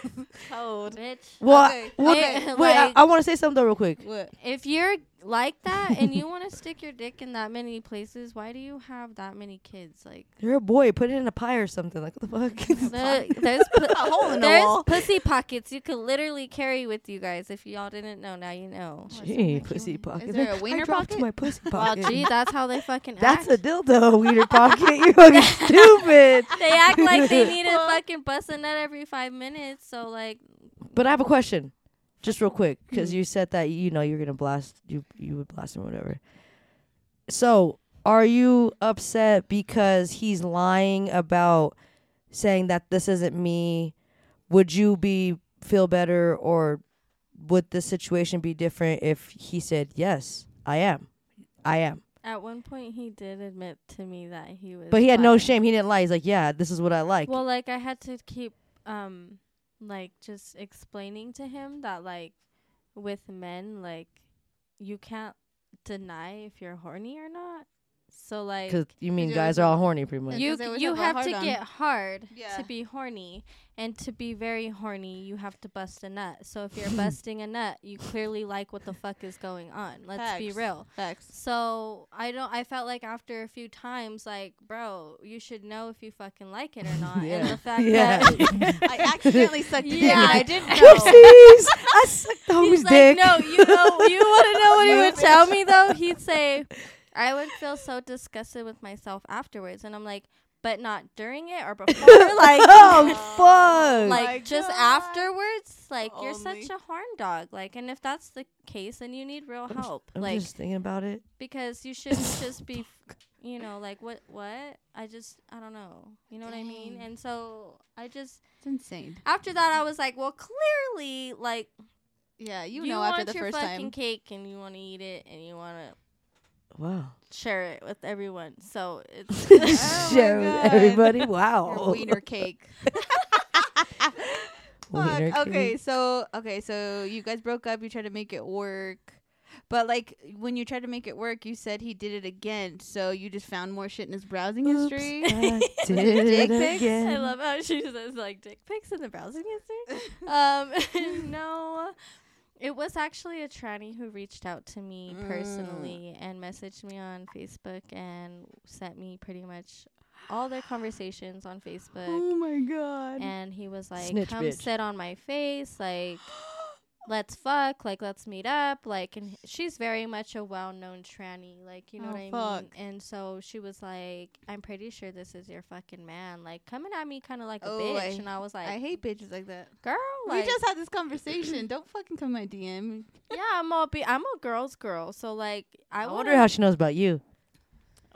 Speaker 3: Like- Bitch.
Speaker 2: Well,
Speaker 1: Okay,
Speaker 2: well,
Speaker 1: okay,
Speaker 2: wait, I,
Speaker 3: like-
Speaker 2: I want to say something though, real quick.
Speaker 1: what?
Speaker 3: If you're like that and you want to stick your dick in that many places, why do you have that many kids? Like
Speaker 2: You're a boy. Put it in a pie or something. Like what the fuck?
Speaker 3: the, there's pu-
Speaker 1: hole in the
Speaker 3: there's
Speaker 1: wall.
Speaker 3: pussy pockets you could literally carry with you guys. If y'all didn't know, now you know.
Speaker 2: Gee, pussy pocket.
Speaker 1: Is there a
Speaker 2: I
Speaker 1: wiener
Speaker 2: dropped
Speaker 1: pocket?
Speaker 2: my pussy
Speaker 3: Well,
Speaker 2: pocket.
Speaker 3: gee, that's how they fucking
Speaker 2: That's
Speaker 3: act.
Speaker 2: a dildo wiener pocket. You fucking stupid.
Speaker 3: they act like they need to fucking bust a nut every five minutes. So like,
Speaker 2: But I have a question, just real quick, because you said that you know you're gonna blast you you would blast him or whatever. So are you upset because he's lying about saying that this isn't me? Would you be feel better or would the situation be different if he said yes, I am, I am?
Speaker 3: at one point he did admit to me that he was,
Speaker 2: But he had no
Speaker 3: bi.
Speaker 2: shame. He didn't lie. He's like, yeah, this is what I like.
Speaker 3: Well, like I had to keep um, like just explaining to him that like with men like you can't deny if you're horny or not. So like
Speaker 2: Because you mean
Speaker 1: it
Speaker 2: guys
Speaker 1: was-
Speaker 2: are all horny, pretty much.
Speaker 3: you
Speaker 1: Because it was
Speaker 3: you
Speaker 1: about
Speaker 3: have to
Speaker 1: hard-on.
Speaker 3: get hard
Speaker 1: Yeah.
Speaker 3: to be horny and to be very horny you have to bust a nut so if you're busting a nut you clearly like what the fuck is going on let's be
Speaker 1: Facts.
Speaker 3: real
Speaker 1: Facts.
Speaker 3: so i don't i felt like after a few times like bro you should know if you fucking like it or not
Speaker 2: Yeah.
Speaker 3: and the fact
Speaker 2: Yeah.
Speaker 3: that
Speaker 1: I accidentally sucked it.
Speaker 3: Yeah, I
Speaker 1: didn't
Speaker 2: Oopsies! I sucked the homie's
Speaker 3: He's like,
Speaker 2: dick.
Speaker 3: no, you know, you want to know what he
Speaker 1: You
Speaker 3: would
Speaker 1: bitch.
Speaker 3: tell me though? He'd say, I would feel so disgusted with myself afterwards, and I'm like, but not during it or before, like,
Speaker 2: oh fuck!
Speaker 3: like
Speaker 1: my
Speaker 3: just
Speaker 1: God.
Speaker 3: afterwards. Like, you're
Speaker 1: Only.
Speaker 3: such a horn dog. Like, and if that's the case, then you need real
Speaker 2: I'm just-
Speaker 3: help.
Speaker 2: I'm
Speaker 3: like,
Speaker 2: just thinking about it.
Speaker 3: because you shouldn't just be, you know, like what, what? I just, I don't know. You know what I mean?
Speaker 1: Dang.
Speaker 3: And so I just
Speaker 1: It's insane.
Speaker 3: after that, I was like, well, clearly, like.
Speaker 1: Yeah, you,
Speaker 3: you
Speaker 1: know
Speaker 3: want
Speaker 1: after the
Speaker 3: your
Speaker 1: first
Speaker 3: fucking
Speaker 1: time.
Speaker 3: cake and you want to eat it and you want to
Speaker 2: Wow.
Speaker 3: share it with everyone. So it's
Speaker 1: Oh my
Speaker 2: Share with
Speaker 1: God.
Speaker 2: everybody.
Speaker 1: Your
Speaker 2: Wow.
Speaker 1: wiener cake. Fuck.
Speaker 2: Wiener
Speaker 1: Okay,
Speaker 2: cake.
Speaker 1: so okay, so you guys broke up. You tried to make it work, but like when you tried to make it work, you said he did it again. So you just found more shit in his browsing
Speaker 2: Oops,
Speaker 1: history.
Speaker 2: I did
Speaker 1: Dick
Speaker 2: it
Speaker 1: pics?
Speaker 3: I
Speaker 2: again.
Speaker 3: love how she says like dick pics in the browsing history. um, no, it was actually a tranny who reached out to me
Speaker 1: Mm.
Speaker 3: personally and messaged me on Facebook and sent me pretty much all their conversations on Facebook.
Speaker 1: oh my god.
Speaker 3: And he was like,
Speaker 2: Snitch
Speaker 3: "Come
Speaker 2: bitch.
Speaker 3: sit on my face," like. let's fuck, like let's meet up, like and h- she's very much a well-known tranny, like you know
Speaker 1: Oh,
Speaker 3: what I mean.
Speaker 1: fuck.
Speaker 3: And so she was like, "I'm pretty sure this is your fucking man, like coming at me kind of like
Speaker 1: Oh,
Speaker 3: a bitch."
Speaker 1: I-
Speaker 3: and I was like,
Speaker 1: I hate bitches like that.
Speaker 3: "Girl,
Speaker 1: we
Speaker 3: like
Speaker 1: just had this conversation. Don't fucking come my DM.
Speaker 3: yeah, I'm all be, I'm a girl's girl, so like I,
Speaker 2: I wonder
Speaker 3: wouldn't-
Speaker 2: how she knows about you.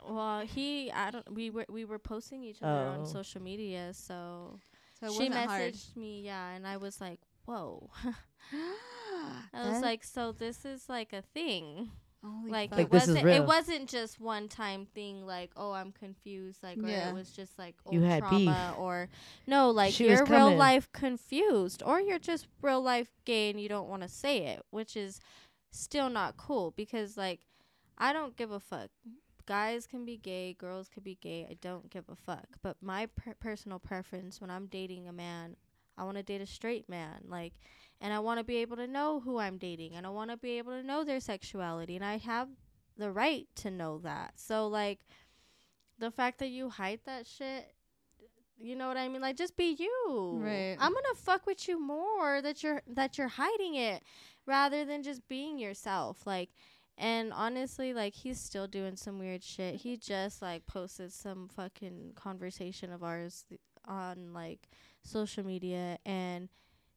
Speaker 3: Well, he, I don't. We were we were posting each other
Speaker 2: Oh.
Speaker 3: on social media, so,
Speaker 1: So it
Speaker 3: she
Speaker 1: wasn't
Speaker 3: messaged
Speaker 1: hard.
Speaker 3: me, yeah, and I was like, "Whoa." I
Speaker 1: That-
Speaker 3: was like, so this is like a thing.
Speaker 1: holy
Speaker 3: like
Speaker 1: fuck.
Speaker 2: Like,
Speaker 3: it
Speaker 2: this is
Speaker 3: wasn't
Speaker 2: real.
Speaker 3: it wasn't just one time thing like oh i'm confused like or
Speaker 1: Yeah.
Speaker 3: it was just like old
Speaker 2: You had
Speaker 3: trauma
Speaker 2: beef.
Speaker 3: or no like
Speaker 2: She was
Speaker 3: you're real
Speaker 2: coming.
Speaker 3: life confused or you're just real life gay and you don't want to say it which is still not cool because like i don't give a fuck guys can be gay girls can be gay i don't give a fuck but my per- personal preference when i'm dating a man i want to date a straight man like and i want to be able to know who i'm dating and i want to be able to know their sexuality and i have the right to know that. So like the fact that you hide that shit you know what I mean? Like just be you.
Speaker 1: Right.
Speaker 3: I'm gonna fuck with you more that you're that you're hiding it rather than just being yourself. Like and honestly, like he's still doing some weird shit. He just like posted some fucking conversation of ours th- on like social media and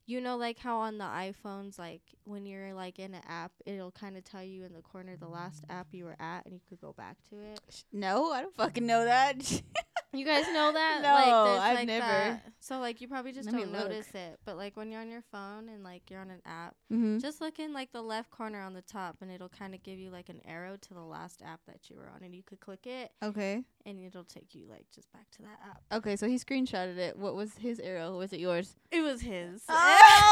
Speaker 3: you know like how on the iPhones like when you're like in an app it'll kind of tell you in the corner the last app you were at and you could go back to it.
Speaker 1: No, I don't fucking know that.
Speaker 3: You guys know that?
Speaker 1: No,
Speaker 3: there's,
Speaker 1: I've never.
Speaker 3: So like, you probably just
Speaker 1: Let me
Speaker 3: don't
Speaker 1: look.
Speaker 3: notice it. But like when you're on your phone and like you're on an app,
Speaker 1: mm-hmm.
Speaker 3: just look in like the left corner on the top, and it'll kind of give you like an arrow to the last app that you were on, and you could click it,
Speaker 1: Okay.
Speaker 3: and it'll take you like just back to that app.
Speaker 1: Okay, so he screenshotted it. What was his arrow? Was it yours?
Speaker 3: It was his.
Speaker 1: Oh
Speaker 3: Oh!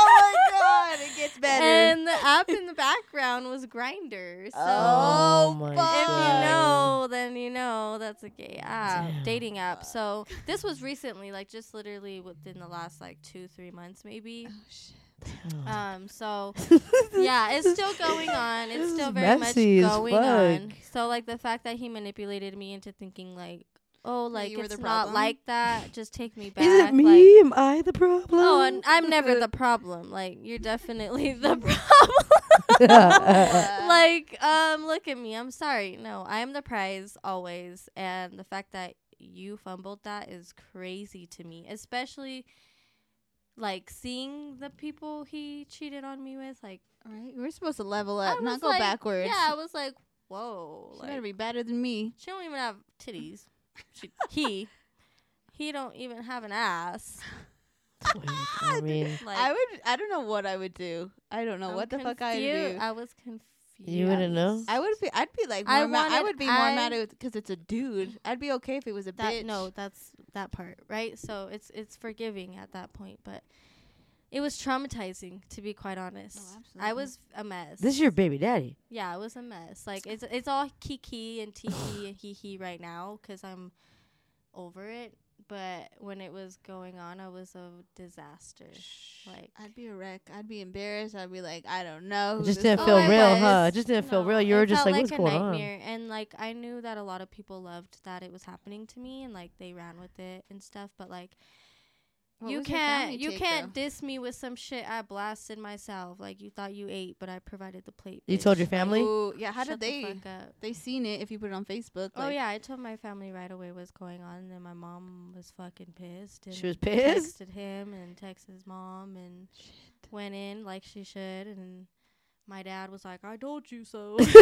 Speaker 1: god, it gets
Speaker 3: And the app in the background was Grinder. So
Speaker 1: Oh,
Speaker 2: my
Speaker 1: fuck.
Speaker 3: if
Speaker 1: God.
Speaker 3: you know, then you know that's a gay app,
Speaker 2: Damn.
Speaker 3: dating app. So this was recently, like just literally within the last like two, three months, maybe.
Speaker 1: oh, shit.
Speaker 3: Um, so yeah, it's still going on. It's
Speaker 2: This
Speaker 3: still
Speaker 2: is
Speaker 3: very
Speaker 2: messy as
Speaker 3: much going
Speaker 2: fuck.
Speaker 3: on. So like the fact that he manipulated me into thinking like, oh, like
Speaker 1: you were the
Speaker 3: it's not
Speaker 1: problem?
Speaker 3: like that. Just take me back.
Speaker 2: Is it me?
Speaker 3: Like,
Speaker 2: Am I the problem?
Speaker 3: oh, and I'm never the problem. Like you're definitely the problem. like um, look at me. I'm sorry. No, I am the prize always, and the fact that you fumbled that is crazy to me, especially. Like seeing the people he cheated on me with, like
Speaker 1: Right? We're supposed to level
Speaker 3: I
Speaker 1: up, not
Speaker 3: was
Speaker 1: go
Speaker 3: like-
Speaker 1: backwards.
Speaker 3: Yeah, I was like, whoa,
Speaker 1: She better
Speaker 3: like
Speaker 1: be better than me.
Speaker 3: she don't even have titties. She, he, he don't even have an ass.
Speaker 2: I mean,
Speaker 3: Like
Speaker 1: I would. I don't know what I would do. I don't know
Speaker 3: I'm
Speaker 1: what the fuck I
Speaker 3: confu-
Speaker 1: would do.
Speaker 3: I was confused.
Speaker 2: You wouldn't know?
Speaker 1: I would be. I'd be like. More
Speaker 3: I
Speaker 1: I, ma- I
Speaker 3: wanted-
Speaker 1: would be more
Speaker 3: I-
Speaker 1: mad at because it's a dude. I'd be okay if it was a
Speaker 3: That
Speaker 1: bitch.
Speaker 3: no, that's that part, right? So it's it's forgiving at that point, but it was traumatizing to be quite honest. I
Speaker 1: absolutely.
Speaker 3: was a mess.
Speaker 2: Oh, this is your baby daddy.
Speaker 3: yeah, it was a mess. Like it's it's all kiki and tiki and hee hee right now because I'm over it. But when it was going on, I was a disaster. Like
Speaker 1: I'd be a wreck. I'd be embarrassed. I'd be like, I don't know.
Speaker 2: It
Speaker 1: who
Speaker 2: just
Speaker 1: Oh, this
Speaker 2: didn't
Speaker 1: guy
Speaker 2: feel
Speaker 1: is.
Speaker 2: real,
Speaker 3: was.
Speaker 2: huh? It just didn't feel real. You
Speaker 3: it
Speaker 2: were just
Speaker 3: felt
Speaker 2: like, what's going on?
Speaker 3: And like I knew that a lot of people loved that it was happening to me, and like they ran with it and stuff. But like
Speaker 1: What
Speaker 3: you
Speaker 1: was your
Speaker 3: can't
Speaker 1: family
Speaker 3: you
Speaker 1: take,
Speaker 3: can't
Speaker 1: though?
Speaker 3: diss me with some shit I blasted myself. Like you thought you ate, but I provided the plate.
Speaker 2: You told your
Speaker 3: bitch.
Speaker 2: family?
Speaker 1: Ooh, yeah. How
Speaker 3: Shut
Speaker 1: did they?
Speaker 3: The fuck up.
Speaker 1: They seen it if you put it on Facebook.
Speaker 3: oh
Speaker 1: like-
Speaker 3: yeah, I told my family right away what's going on, and then my mom was fucking pissed. And
Speaker 2: She was pissed?
Speaker 3: Texted him and texted his mom and went in like she should, and my dad was like, "I told you so."
Speaker 2: Damn.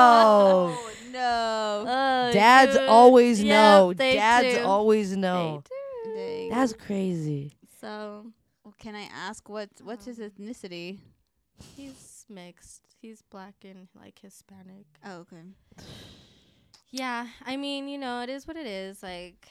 Speaker 1: Oh no.
Speaker 3: Oh,
Speaker 2: Dads
Speaker 3: dude.
Speaker 2: always
Speaker 3: Yep,
Speaker 2: know.
Speaker 3: they
Speaker 2: Dads
Speaker 3: do.
Speaker 2: always
Speaker 3: They
Speaker 2: know.
Speaker 3: do.
Speaker 1: Dang.
Speaker 2: That's crazy.
Speaker 3: so
Speaker 1: Well, can I ask what what's his ethnicity?
Speaker 3: he's mixed. He's black and like Hispanic.
Speaker 1: Oh, okay.
Speaker 3: Yeah, I mean, you know, it is what it is. Like,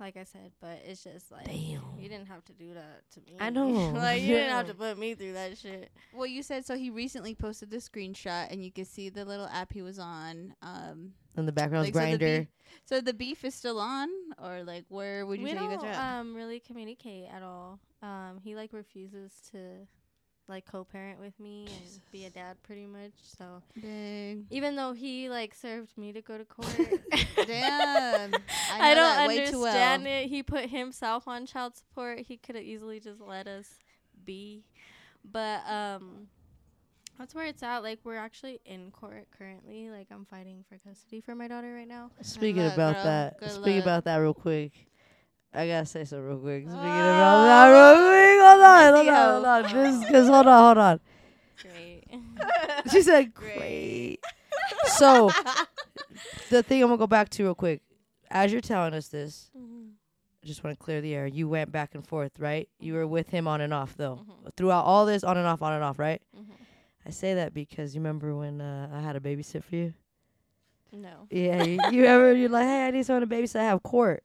Speaker 3: like I said, but it's just like
Speaker 2: Damn.
Speaker 3: you didn't have to do that to me.
Speaker 2: I know.
Speaker 3: like you didn't have
Speaker 2: Yeah.
Speaker 3: to put me through that shit.
Speaker 1: Well, you said so. He recently posted the screenshot, and you could see the little app he was on. Um,
Speaker 2: In the background,
Speaker 1: like, So the,
Speaker 2: grinder.
Speaker 1: beef, so the beef is still on, or like where would you
Speaker 3: we
Speaker 1: say you
Speaker 3: don't
Speaker 1: guys are? At?
Speaker 3: um really communicate at all. Um, he like refuses to like co-parent with me and be a dad pretty much. So
Speaker 2: uh,
Speaker 1: Dang.
Speaker 3: even though he like served me to go to court.
Speaker 1: Damn. I know that
Speaker 3: I, don't
Speaker 1: way too well.
Speaker 3: understand it. He put himself on child support. He could have easily just let us be. But um that's where it's at. Like we're actually in court currently. Like I'm fighting for custody for my daughter right now.
Speaker 2: Speaking
Speaker 1: luck,
Speaker 2: about
Speaker 1: girl.
Speaker 2: that,
Speaker 1: Good
Speaker 2: speaking
Speaker 1: luck.
Speaker 2: about that real quick. I gotta say something real quick. Speaking about that real quick, hold on, hold on, hold on. This, cause hold on, hold on.
Speaker 3: Great.
Speaker 2: She said, "Great." so, the thing I'm gonna go back to real quick. As you're telling us this, I just want to clear the air. You went back and forth, right? You were with him on and off, though, throughout all this, on and off, on and off, right? I say that because you remember when uh, I had a babysit for you.
Speaker 3: no.
Speaker 2: Yeah, you, you ever you're like, hey, I need someone to babysit. I have court.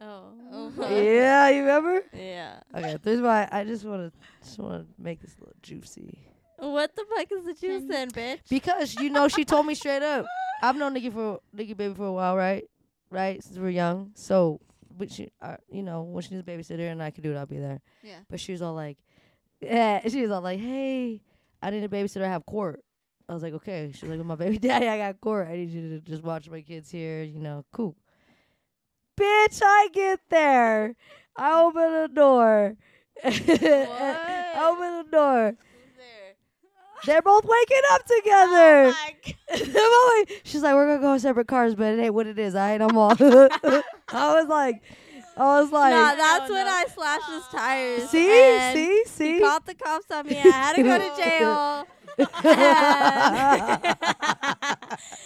Speaker 3: Oh.
Speaker 2: yeah, you remember?
Speaker 3: yeah.
Speaker 2: Okay, this is why I just want to just want to make this a little juicy
Speaker 3: What the fuck is the juice in, bitch?
Speaker 2: because you know she told me straight up. I've known Nikki for Nikki baby for a while, right? Right since we were young. So, but she, uh, you know, when she needs a babysitter and I can do it, I'll be there.
Speaker 1: Yeah.
Speaker 2: But she was all like, yeah, she was all like, hey, I need a babysitter. I have court. I was like, okay. She's like, with my baby daddy, I got court. I need you to just watch my kids here. You know, cool. Bitch, I get there. I open the door. I open the door. They're both waking up together.
Speaker 1: Oh my g-
Speaker 2: I'm always- she's like, we're gonna go in separate cars, but it ain't what it is. I ain't. I'm all. I was like, I was like,
Speaker 1: nah,
Speaker 3: I
Speaker 1: that's
Speaker 3: don't
Speaker 1: when
Speaker 3: know.
Speaker 1: I slashed his tires.
Speaker 2: see,
Speaker 1: and
Speaker 2: see,
Speaker 1: He
Speaker 2: see.
Speaker 1: called the cops on me. I had to go to jail. and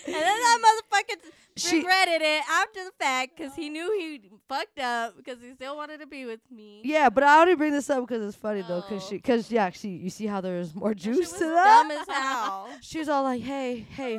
Speaker 1: then that motherfucker
Speaker 2: She-
Speaker 1: regretted it after the fact because he knew he fucked up because he still wanted to be with me.
Speaker 2: yeah, but I only bring this up because it's funny though, because
Speaker 1: Oh.
Speaker 2: she, because yeah, she, you see how there's more
Speaker 1: She
Speaker 2: juice
Speaker 1: was
Speaker 2: to that.
Speaker 1: dumb as hell.
Speaker 2: She was all like, hey, hey,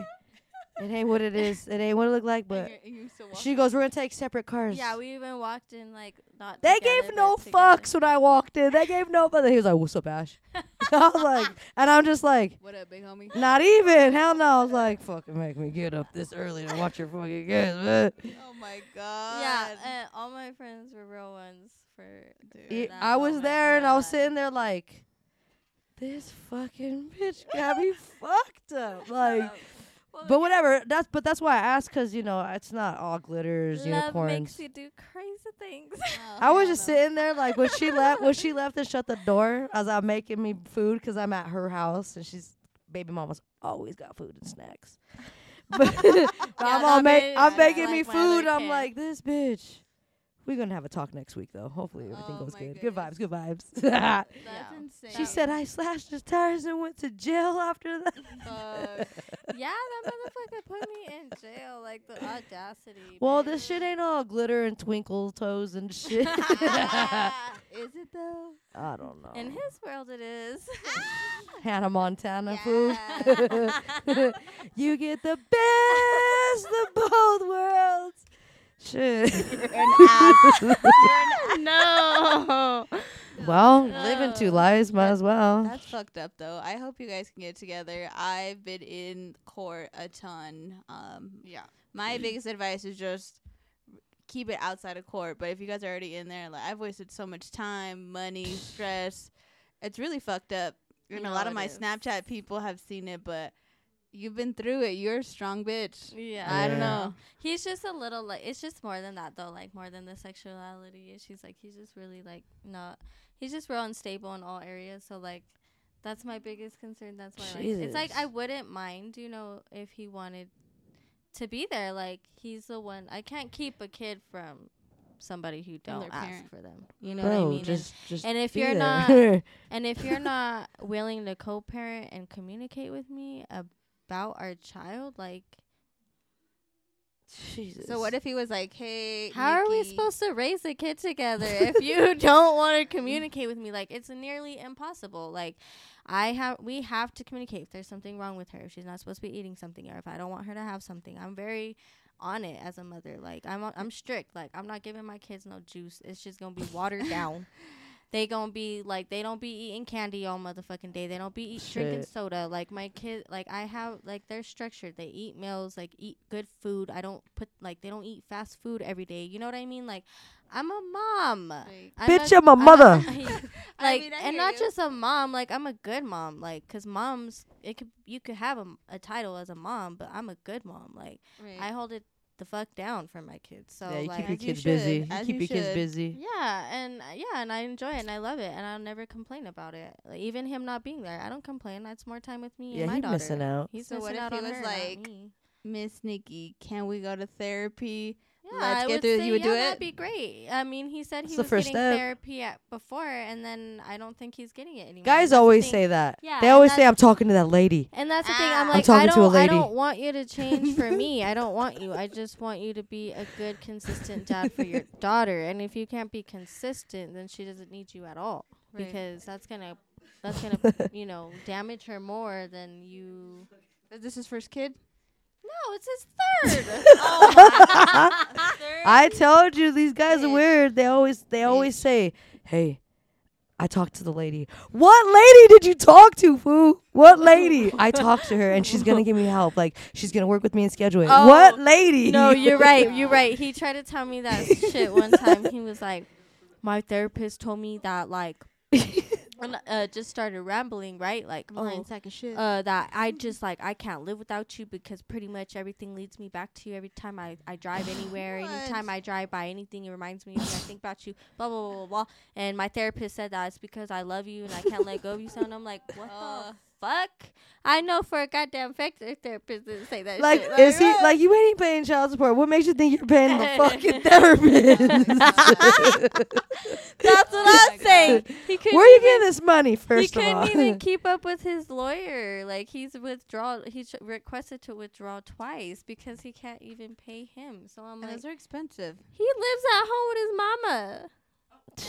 Speaker 2: it ain't what it is. It ain't what it look like, but
Speaker 1: And you- you still walk-
Speaker 2: she goes, we're gonna take separate cars.
Speaker 3: Yeah, we even walked in like not.
Speaker 2: They
Speaker 3: together,
Speaker 2: gave
Speaker 3: but
Speaker 2: no
Speaker 3: together.
Speaker 2: fucks when I walked in. They gave no fucks. He was like, "What's up, Ash?" I was like, and I'm just like,
Speaker 1: what up, big homie?
Speaker 2: Not even. Hell no. I was like, fucking make me get up this early to watch your fucking games, man.
Speaker 1: Oh my god.
Speaker 3: Yeah, and all my friends were real ones for.
Speaker 1: Dude.
Speaker 2: Yeah,
Speaker 3: that
Speaker 2: I was
Speaker 3: moment,
Speaker 2: there and I was
Speaker 3: yeah.
Speaker 2: sitting there like, this fucking bitch got me fucked up. Like,
Speaker 3: Well,
Speaker 2: but whatever. That's but that's why I asked because you know it's not all glitters,
Speaker 3: Love
Speaker 2: unicorns.
Speaker 3: makes you do crazy things.
Speaker 1: Oh,
Speaker 2: I was just sitting there like when she left. When she left and shut the door, as I'm making me food because I'm at her house and she's baby mama's always got food and snacks. But I'm all
Speaker 3: that
Speaker 2: make,
Speaker 3: bitch
Speaker 2: I'm
Speaker 3: is
Speaker 2: making
Speaker 3: like
Speaker 2: me
Speaker 3: my other
Speaker 2: food. I'm
Speaker 3: kid.
Speaker 2: like this bitch. We're gonna have a talk next week though. Hopefully everything
Speaker 1: Oh
Speaker 2: goes
Speaker 1: my
Speaker 2: good. Good
Speaker 1: goodness.
Speaker 2: vibes. Good vibes.
Speaker 1: That's
Speaker 3: Yeah.
Speaker 1: insane.
Speaker 2: she said I slashed his tires and went to jail after that.
Speaker 1: Fuck.
Speaker 3: yeah, that motherfucker put me in jail. Like the audacity.
Speaker 2: Well,
Speaker 3: bitch.
Speaker 2: this shit ain't all glitter and twinkle toes and shit. I
Speaker 3: Ah,
Speaker 1: Is it though?
Speaker 2: don't know.
Speaker 3: In his world, it is.
Speaker 2: Hannah Montana
Speaker 1: Yeah.
Speaker 2: food. you get the best of both worlds. Shit.
Speaker 3: no.
Speaker 2: well, living two
Speaker 3: No.
Speaker 2: lives, might as well.
Speaker 1: That's fucked up though. I hope you guys can get together. I've been in court a ton. Um,
Speaker 4: Yeah.
Speaker 1: my biggest advice is just keep it outside of court. But if you guys are already in there, like I've wasted so much time, money, stress. It's really fucked up. And a
Speaker 3: No,
Speaker 1: lot of
Speaker 3: it
Speaker 1: my
Speaker 3: is.
Speaker 1: Snapchat people have seen it, but you've been through it. You're a strong bitch.
Speaker 3: Yeah.
Speaker 1: I don't
Speaker 2: Yeah.
Speaker 1: know.
Speaker 3: He's just a little like it's just more than that though, like more than the sexuality issues. Like he's just really like not he's just real unstable in all areas. So like that's my biggest concern. That's why like, it's like I
Speaker 2: Jesus.
Speaker 3: wouldn't mind, you know, if he wanted to be there. Like he's the one I can't keep a kid from somebody who
Speaker 1: From
Speaker 3: don't
Speaker 1: their
Speaker 3: ask
Speaker 1: parent.
Speaker 3: for them. You know
Speaker 2: Bro,
Speaker 3: what I mean? And-
Speaker 2: just, just
Speaker 3: and if
Speaker 2: be
Speaker 3: you're
Speaker 2: there.
Speaker 3: not- and if you're not willing to co-parent and communicate with me about our child, like
Speaker 2: Jesus.
Speaker 1: So what if he was like, "Hey,
Speaker 3: How are we
Speaker 1: Nikki,
Speaker 3: supposed to raise a kid together if you don't want to communicate with me? Like it's nearly impossible. Like I have we have to communicate if there's something wrong with her, if she's not supposed to be eating something or if I don't want her to have something. I'm very on it as a mother. Like I'm on, I'm strict. Like I'm not giving my kids no juice. It's just going to be watered down. They gonna be like they don't be eating candy all motherfucking day. They don't be eat, drinking
Speaker 2: Shit.
Speaker 3: soda. Like my kid, like I have like they're structured. They eat meals, like eat good food. I don't put like they don't eat fast food every day. You know what I mean? Like I'm a mom.
Speaker 1: Like,
Speaker 3: I'm
Speaker 2: Bitch,
Speaker 3: a-
Speaker 2: I'm a mother.
Speaker 1: I
Speaker 3: like
Speaker 1: mean, I
Speaker 3: and
Speaker 1: hear
Speaker 3: not
Speaker 1: you.
Speaker 3: just a mom. Like I'm a good mom. Like because moms, it could you could have a, a title as a mom, but I'm a good mom. Like
Speaker 1: Right.
Speaker 3: I hold it the fuck down for my kids. So
Speaker 2: yeah, you
Speaker 3: like
Speaker 2: keep
Speaker 1: as
Speaker 2: your
Speaker 1: you
Speaker 2: kids
Speaker 1: should,
Speaker 2: busy. You
Speaker 1: as
Speaker 2: keep
Speaker 1: you
Speaker 2: your kids
Speaker 1: should.
Speaker 2: busy.
Speaker 3: yeah, and uh, yeah, and I enjoy it and I love it and I'll never complain about it. Like, even him not being there, I don't complain. That's more time with me
Speaker 2: Yeah,
Speaker 3: and my
Speaker 2: he's
Speaker 3: daughter.
Speaker 2: missing out.
Speaker 3: He's
Speaker 1: So
Speaker 3: missing
Speaker 1: what if
Speaker 3: out
Speaker 1: he
Speaker 3: on
Speaker 1: was
Speaker 3: her, not
Speaker 1: like,
Speaker 3: me.
Speaker 1: Miss Nikki, can we go to therapy?
Speaker 3: Yeah,
Speaker 1: let's
Speaker 3: I
Speaker 1: get
Speaker 3: would
Speaker 1: through-
Speaker 3: say,
Speaker 1: you would
Speaker 3: yeah,
Speaker 1: do it?
Speaker 3: That'd be great. I mean, he said
Speaker 2: That's
Speaker 3: he
Speaker 2: the
Speaker 3: was
Speaker 2: first
Speaker 3: getting
Speaker 2: step.
Speaker 3: therapy at before, and then I don't think he's getting it anymore.
Speaker 2: Guys
Speaker 3: And Mm-hmm.
Speaker 2: always
Speaker 3: that's the thing.
Speaker 2: say that.
Speaker 3: Yeah,
Speaker 2: they
Speaker 3: and
Speaker 2: always say
Speaker 3: that's-
Speaker 2: I'm talking to that lady.
Speaker 3: And that's the thing.
Speaker 1: Ah. I'm
Speaker 3: I'm like, I
Speaker 2: talking
Speaker 3: don't,
Speaker 2: to a
Speaker 3: I
Speaker 2: lady.
Speaker 3: don't want you to change for me. I don't want you. I just want you to be a good, consistent dad for your daughter. And if you can't be consistent, then she doesn't need you at all
Speaker 1: Right.
Speaker 3: because that's gonna, that's gonna, you know, damage her more than you.
Speaker 1: This is first kid.
Speaker 3: No, it's his third.
Speaker 2: I told you these guys are
Speaker 1: Bitch.
Speaker 2: weird. They always they always say, "Hey, I talked to the lady." What lady did you talk to, fool? What lady? I talked to her and she's going to give me help. Like she's going to work with me and schedule it.
Speaker 3: Oh,
Speaker 2: what lady?
Speaker 3: No, you're right. You're right. He tried to tell me that shit one time. He was like, "My therapist told me that like and uh, just started rambling, right? Like,
Speaker 1: Lying
Speaker 3: oh,
Speaker 1: sack of shit.
Speaker 3: uh, that I
Speaker 2: Mm.
Speaker 3: just like I can't live without you because pretty much everything leads me back to you. Every time I, I drive anywhere, anytime
Speaker 1: What?
Speaker 3: I drive by anything, it reminds me of you. I think about you. Blah blah blah blah blah. And my therapist said that it's because I love you and I can't let go of you. So and I'm like, what
Speaker 1: Uh.
Speaker 3: the fuck? I know for a goddamn fact their therapist didn't say that.
Speaker 2: Like,
Speaker 3: shit.
Speaker 2: is he
Speaker 3: what?
Speaker 2: like you ain't paying child support? What makes you think you're paying the fucking therapist?
Speaker 3: That's what
Speaker 1: Oh my
Speaker 3: I'm saying. He couldn't
Speaker 2: Where are you
Speaker 3: even-
Speaker 2: getting this money? First
Speaker 3: he
Speaker 2: of
Speaker 3: couldn't
Speaker 2: all,
Speaker 3: even keep up with his lawyer. Like he's withdraw. He's requested to withdraw twice because he can't even pay him. So I'm
Speaker 1: and
Speaker 3: like,
Speaker 1: those are expensive.
Speaker 3: he lives at home with his mama.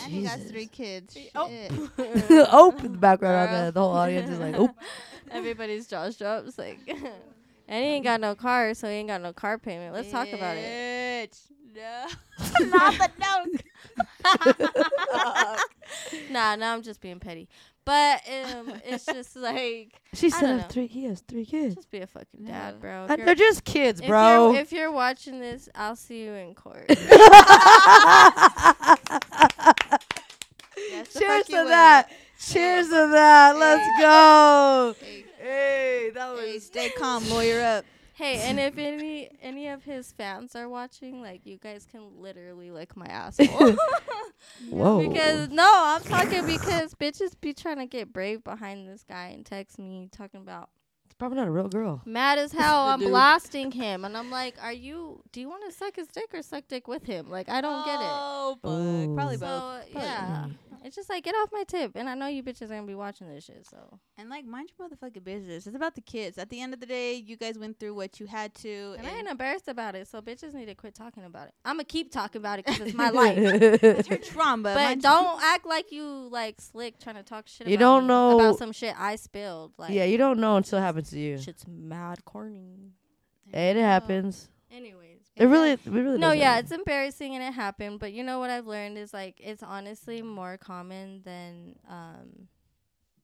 Speaker 1: And he got three kids. Shit.
Speaker 3: Mm.
Speaker 2: oh, in the background on
Speaker 3: Girl.
Speaker 2: the, the whole audience is like, oh,
Speaker 3: Everybody's jaws drops. Like, and he ain't got no car, so he ain't got no car payment. Let's talk about it.
Speaker 1: Bitch. No. Not the dunk.
Speaker 3: Nah, nah, I'm just being petty. But um, it's just like,
Speaker 2: she
Speaker 3: I
Speaker 2: said,
Speaker 3: don't
Speaker 2: I
Speaker 3: know.
Speaker 2: have three. He has three kids.
Speaker 3: just be a fucking
Speaker 1: Yeah.
Speaker 3: dad, bro. If
Speaker 2: And
Speaker 3: you're-
Speaker 2: they're just kids,
Speaker 3: if
Speaker 2: bro.
Speaker 3: You're, if you're watching this, I'll see you in court.
Speaker 1: Yes, the
Speaker 2: Cheers
Speaker 1: fuck you
Speaker 2: to
Speaker 1: will.
Speaker 2: that. Cheers to that. Let's go.
Speaker 1: Hey,
Speaker 2: Hey, that
Speaker 1: hey,
Speaker 2: was.
Speaker 1: stay calm, lawyer up.
Speaker 3: Hey, and if any any of his fans are watching, like you guys can literally lick my asshole.
Speaker 2: Whoa.
Speaker 3: because no, I'm talking because bitches be trying to get brave behind this guy and text me talking about
Speaker 2: It's probably not a real girl.
Speaker 3: mad as hell. I'm
Speaker 1: Dude.
Speaker 3: blasting him, and I'm like, are you? Do you want to suck his dick or suck dick with him? Like I don't get it.
Speaker 1: Oh, fuck.
Speaker 2: Ooh.
Speaker 1: Probably
Speaker 3: So
Speaker 1: both.
Speaker 3: yeah, it's just like get off my tip, and I know you bitches are gonna be watching this shit. So
Speaker 1: And like, mind your motherfucking business. It's about the kids. At the end of the day, you guys went through what you had to.
Speaker 3: and
Speaker 1: And
Speaker 3: I ain't embarrassed about it. So bitches need to quit talking about it. I'm gonna keep talking about it because it's my life.
Speaker 1: it's your trauma.
Speaker 3: But
Speaker 1: mind
Speaker 3: don't act like you like slick trying to talk shit.
Speaker 2: You
Speaker 3: about
Speaker 2: don't
Speaker 3: me,
Speaker 2: know-
Speaker 3: about some shit I spilled. Like
Speaker 2: yeah, you don't know until it happens to you.
Speaker 3: shit's mad corny.
Speaker 2: And it happens.
Speaker 3: Anyways,
Speaker 2: It really, it really.
Speaker 3: no,
Speaker 2: does
Speaker 3: yeah,
Speaker 2: happen.
Speaker 3: it's embarrassing and it happened. But you know what I've learned is like it's honestly more common than um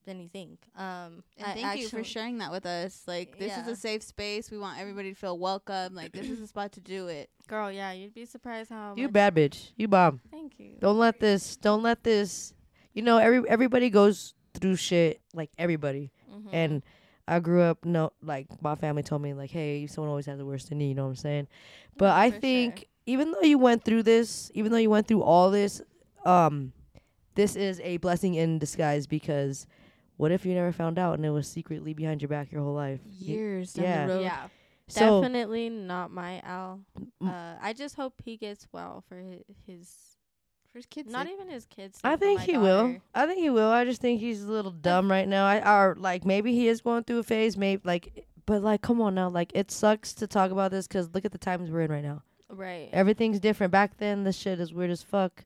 Speaker 3: than you think. Um,
Speaker 1: And
Speaker 3: I
Speaker 1: thank you for
Speaker 3: actually-
Speaker 1: sharing that with us. Like, this is
Speaker 3: Yeah.
Speaker 1: a safe space. We want everybody to feel welcome. Like, this is the spot to do it.
Speaker 3: girl. Yeah, you'd be surprised how
Speaker 2: You
Speaker 3: much-
Speaker 2: bad bitch. You bomb.
Speaker 3: Thank you.
Speaker 2: Don't let this. Don't let this. You know, every everybody goes through shit. Like everybody.
Speaker 3: Mhm.
Speaker 2: And I grew up. No, like my family told me, like, hey, someone always has the worst in you. You know what I'm saying? But
Speaker 3: Yeah,
Speaker 2: I
Speaker 3: for
Speaker 2: think
Speaker 3: sure.
Speaker 2: even though you went through this, even though you went through all this, um, this is a blessing in disguise because what if you never found out and it was secretly behind your back your whole life? You-
Speaker 1: Years
Speaker 2: down the yeah. road.
Speaker 3: yeah,
Speaker 2: So
Speaker 3: definitely not my Al.
Speaker 2: Mm.
Speaker 3: Uh, I just hope he gets well for his, his
Speaker 1: First kids.
Speaker 3: Not even his kids.
Speaker 2: I
Speaker 3: like, but
Speaker 2: think
Speaker 3: my
Speaker 2: he will.
Speaker 3: daughter.
Speaker 2: I think he will. I just think he's a little dumb right now. I or like maybe he is going through a phase. Maybe like, but like, come on now. Like, it sucks to talk about this because look at the times we're in right now.
Speaker 3: Right.
Speaker 2: Everything's different. Back then, this shit is weird as fuck.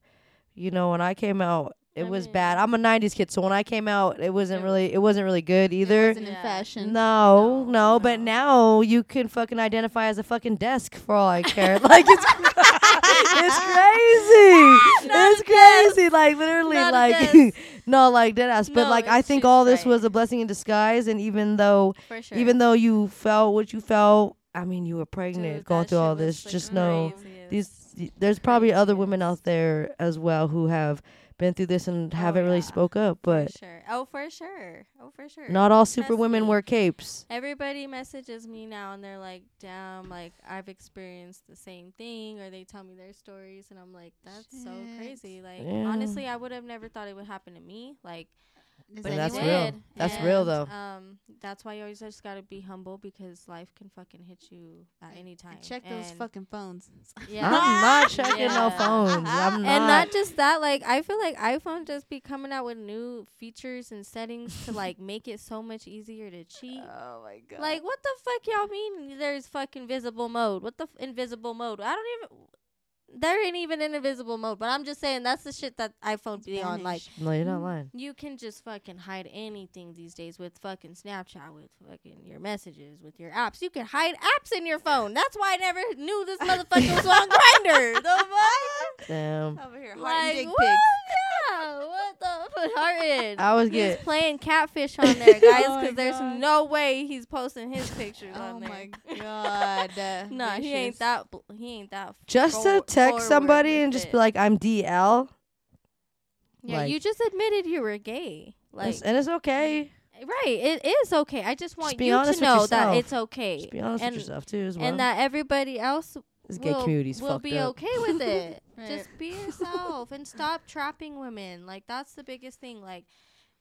Speaker 2: You know, when I came out, it
Speaker 3: I
Speaker 2: was
Speaker 3: mean-
Speaker 2: bad. I'm a '90s kid, so when I came out, it wasn't
Speaker 3: It-
Speaker 2: really, it wasn't really good either.
Speaker 1: in
Speaker 3: Yeah.
Speaker 1: fashion.
Speaker 2: No, no,
Speaker 3: No,
Speaker 2: but
Speaker 3: no.
Speaker 2: now you can fucking identify as a fucking desk for all I care. like it's it's crazy.
Speaker 3: Not
Speaker 2: it's
Speaker 3: a desk.
Speaker 2: crazy. Like literally
Speaker 3: Not a
Speaker 2: like
Speaker 3: desk.
Speaker 2: no, like dead ass. But
Speaker 3: No,
Speaker 2: like I
Speaker 3: it's-
Speaker 2: think
Speaker 3: she's
Speaker 2: all this
Speaker 3: right.
Speaker 2: was a blessing in disguise and even though
Speaker 3: For sure.
Speaker 2: even though you felt what you felt, I mean you were
Speaker 3: Dude,
Speaker 2: pregnant
Speaker 3: that
Speaker 2: going through
Speaker 3: shit
Speaker 2: all this,
Speaker 3: was, like,
Speaker 2: just know
Speaker 3: crazy as-
Speaker 2: these there's probably other women
Speaker 3: craziest.
Speaker 2: out there as well who have been through this and
Speaker 3: Oh,
Speaker 2: haven't really
Speaker 3: yeah.
Speaker 2: spoke up,
Speaker 3: for
Speaker 2: but
Speaker 3: sure. Oh, for sure. Oh, for sure.
Speaker 2: not all super
Speaker 3: Trust
Speaker 2: women
Speaker 3: me.
Speaker 2: wear capes.
Speaker 3: Everybody messages me now and they're like, "Damn, like I've experienced the same thing," or they tell me their stories, and I'm like, "That's so
Speaker 1: Shit.
Speaker 3: crazy." Like,
Speaker 2: Yeah.
Speaker 3: honestly, I would have never thought it would happen to me. Like,
Speaker 1: Is
Speaker 2: But
Speaker 1: that
Speaker 3: it
Speaker 2: that's
Speaker 1: you
Speaker 3: did,
Speaker 1: in?
Speaker 2: real. That's real,
Speaker 3: and,
Speaker 2: though.
Speaker 3: Um, that's why you always just gotta be humble because life can fucking hit you at any time.
Speaker 1: And check those
Speaker 3: And-
Speaker 1: fucking phones.
Speaker 3: Yeah.
Speaker 2: I'm not checking no
Speaker 3: Yeah.
Speaker 2: phones. I'm not.
Speaker 3: And not just that, like I feel like iPhone just be coming out with new features and settings to like make it so much easier to cheat.
Speaker 1: Oh my god.
Speaker 3: Like what the fuck y'all mean? There's fucking visible mode. What the f- invisible mode? I don't even. There ain't even an invisible mode. But I'm just saying that's the shit that iPhone be on. Like
Speaker 2: no, you're not lying.
Speaker 3: you can just fucking hide anything these days with fucking Snapchat, with fucking your messages, with your apps. You can hide apps in your phone. That's why I never knew this motherfucker was on Grinder. The fuck. Oh,
Speaker 2: Damn.
Speaker 1: over here,
Speaker 3: Like,
Speaker 1: dick
Speaker 3: what? Yeah, what the fuck? Harden.
Speaker 2: I was
Speaker 3: He's
Speaker 2: getting.
Speaker 3: playing catfish on there, guys,
Speaker 1: Oh my
Speaker 3: because there's
Speaker 1: God.
Speaker 3: no way he's posting his pictures
Speaker 1: Oh
Speaker 3: on there.
Speaker 1: my god.
Speaker 3: No, nah, he ain't that. Bl- he ain't that.
Speaker 2: Just to
Speaker 3: forward-
Speaker 2: text
Speaker 3: forward
Speaker 2: somebody
Speaker 3: with
Speaker 2: and just
Speaker 3: it.
Speaker 2: be like, I'm DL.
Speaker 3: yeah,
Speaker 2: like-
Speaker 3: you just admitted you were gay. Like
Speaker 2: It's- and it's okay.
Speaker 3: right, it is okay. I just want
Speaker 2: be
Speaker 3: you to
Speaker 2: honest with
Speaker 3: know
Speaker 2: yourself.
Speaker 3: that it's okay.
Speaker 2: Just be honest
Speaker 3: and
Speaker 2: with yourself too, as well.
Speaker 3: and that everybody else
Speaker 2: this gay
Speaker 3: will,
Speaker 2: community's
Speaker 3: will
Speaker 2: fucked
Speaker 3: be
Speaker 2: up.
Speaker 3: okay with it.
Speaker 1: Right.
Speaker 3: Just be yourself and stop trapping women. Like that's the biggest thing. Like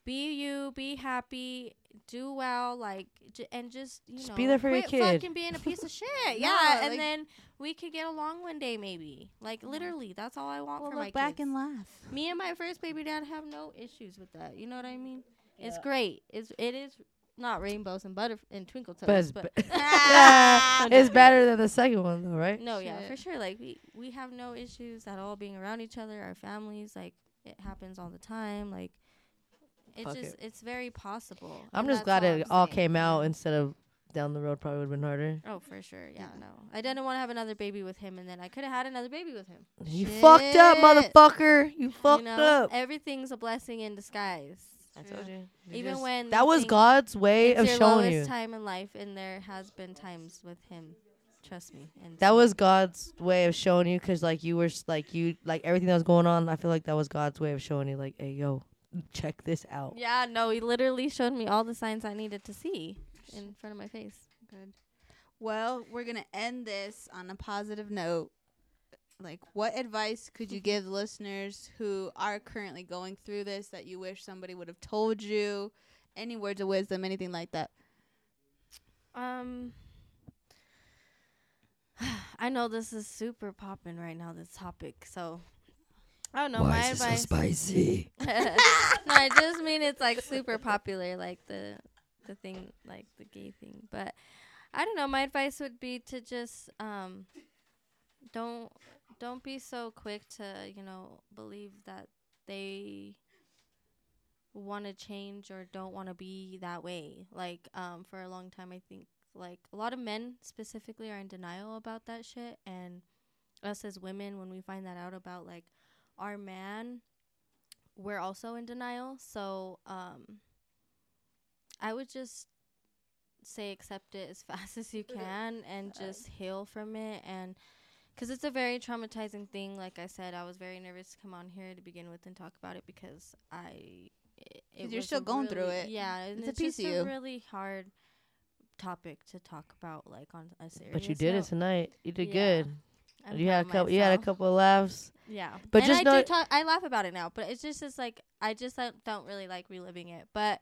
Speaker 3: be you, be happy, do well. Like j- and just you
Speaker 2: Just
Speaker 3: know
Speaker 2: be there for your
Speaker 3: quit
Speaker 2: kid.
Speaker 3: Fucking being a piece of shit. Yeah,
Speaker 1: Yeah,
Speaker 3: and
Speaker 1: like-
Speaker 3: then we could get along one day maybe. Like literally, that's all I want
Speaker 1: Well,
Speaker 3: for my
Speaker 1: look back
Speaker 3: kids.
Speaker 1: and laugh.
Speaker 3: Me and my first baby dad have no issues with that. You know what I mean? It's great. It's it is not rainbows and butter and twinkle toes,
Speaker 2: But it's,
Speaker 3: but
Speaker 2: be- Yeah, it's better than the second one, though, right?
Speaker 3: no, yeah, for
Speaker 1: Shit.
Speaker 3: sure. Like we we have no issues at all being around each other, our families. Like it happens all the time. Like it's
Speaker 2: Fuck
Speaker 3: just it's very possible.
Speaker 2: I'm
Speaker 3: and
Speaker 2: just
Speaker 3: that's
Speaker 2: glad
Speaker 3: all
Speaker 2: it
Speaker 3: I'm
Speaker 2: all
Speaker 3: saying.
Speaker 2: came out instead of down the road probably would have been harder.
Speaker 3: Oh, for sure. Yeah, no, I didn't want to have another baby with him, and then I could have had another baby with him.
Speaker 2: You fucked up,
Speaker 1: Shit.
Speaker 2: motherfucker. You fucked
Speaker 3: you know,
Speaker 2: up.
Speaker 3: everything's a blessing in disguise.
Speaker 2: you.
Speaker 3: Even when
Speaker 2: that
Speaker 3: you
Speaker 2: was
Speaker 3: think
Speaker 2: God's way
Speaker 3: it's
Speaker 2: of
Speaker 3: your
Speaker 2: showing
Speaker 3: lowest
Speaker 2: you.
Speaker 3: time in life, and there has been times with him. Trust me. And
Speaker 2: That was God's way of showing you, cause like you were s- like you like everything that was going on. I feel like that was God's way of showing you, like, hey, yo, check this out.
Speaker 3: Yeah, no, he literally showed me all the signs I needed to see in front of my face.
Speaker 1: Good. Well, we're gonna end this on a positive note. Like, what advice could you give listeners who are currently going through this that you wish somebody would have told you? Any words of wisdom, anything like that?
Speaker 3: Um, I know this is super popping right now. This topic, so I don't know. my advice.
Speaker 2: spicy?
Speaker 3: no, I just mean it's like super popular, like the the thing, like the gay thing. But I don't know. My advice would be to just um, don't don't be so quick to you know believe that they want to change or don't want to be that way. Like um, for a long time, I think like a lot of men specifically are in denial about that shit, and us as women, when we find that out about like our man we're also in denial. So um, I would just say accept it as fast as you can and just heal from it. And because it's a very traumatizing thing. Like I said, I was very nervous to come on here to begin with and talk about it because I. It, it
Speaker 1: 'Cause you're
Speaker 3: was
Speaker 1: still
Speaker 3: a
Speaker 1: going through
Speaker 3: really-
Speaker 1: it.
Speaker 3: Yeah, and
Speaker 1: It's a
Speaker 3: it's,
Speaker 1: piece of
Speaker 3: just
Speaker 1: you.
Speaker 3: a really hard topic to talk about, like on a serious.
Speaker 2: But you did it
Speaker 3: note.
Speaker 2: tonight. You did
Speaker 3: Yeah.
Speaker 2: good.
Speaker 3: I'm
Speaker 2: you had a
Speaker 3: proud of
Speaker 2: couple. You had a
Speaker 3: myself.
Speaker 2: couple of laughs.
Speaker 3: Yeah,
Speaker 2: But
Speaker 3: and
Speaker 2: just
Speaker 3: I
Speaker 2: know-
Speaker 3: do talk. I laugh about it now, but it's just it's like I just like, don't really like reliving it. But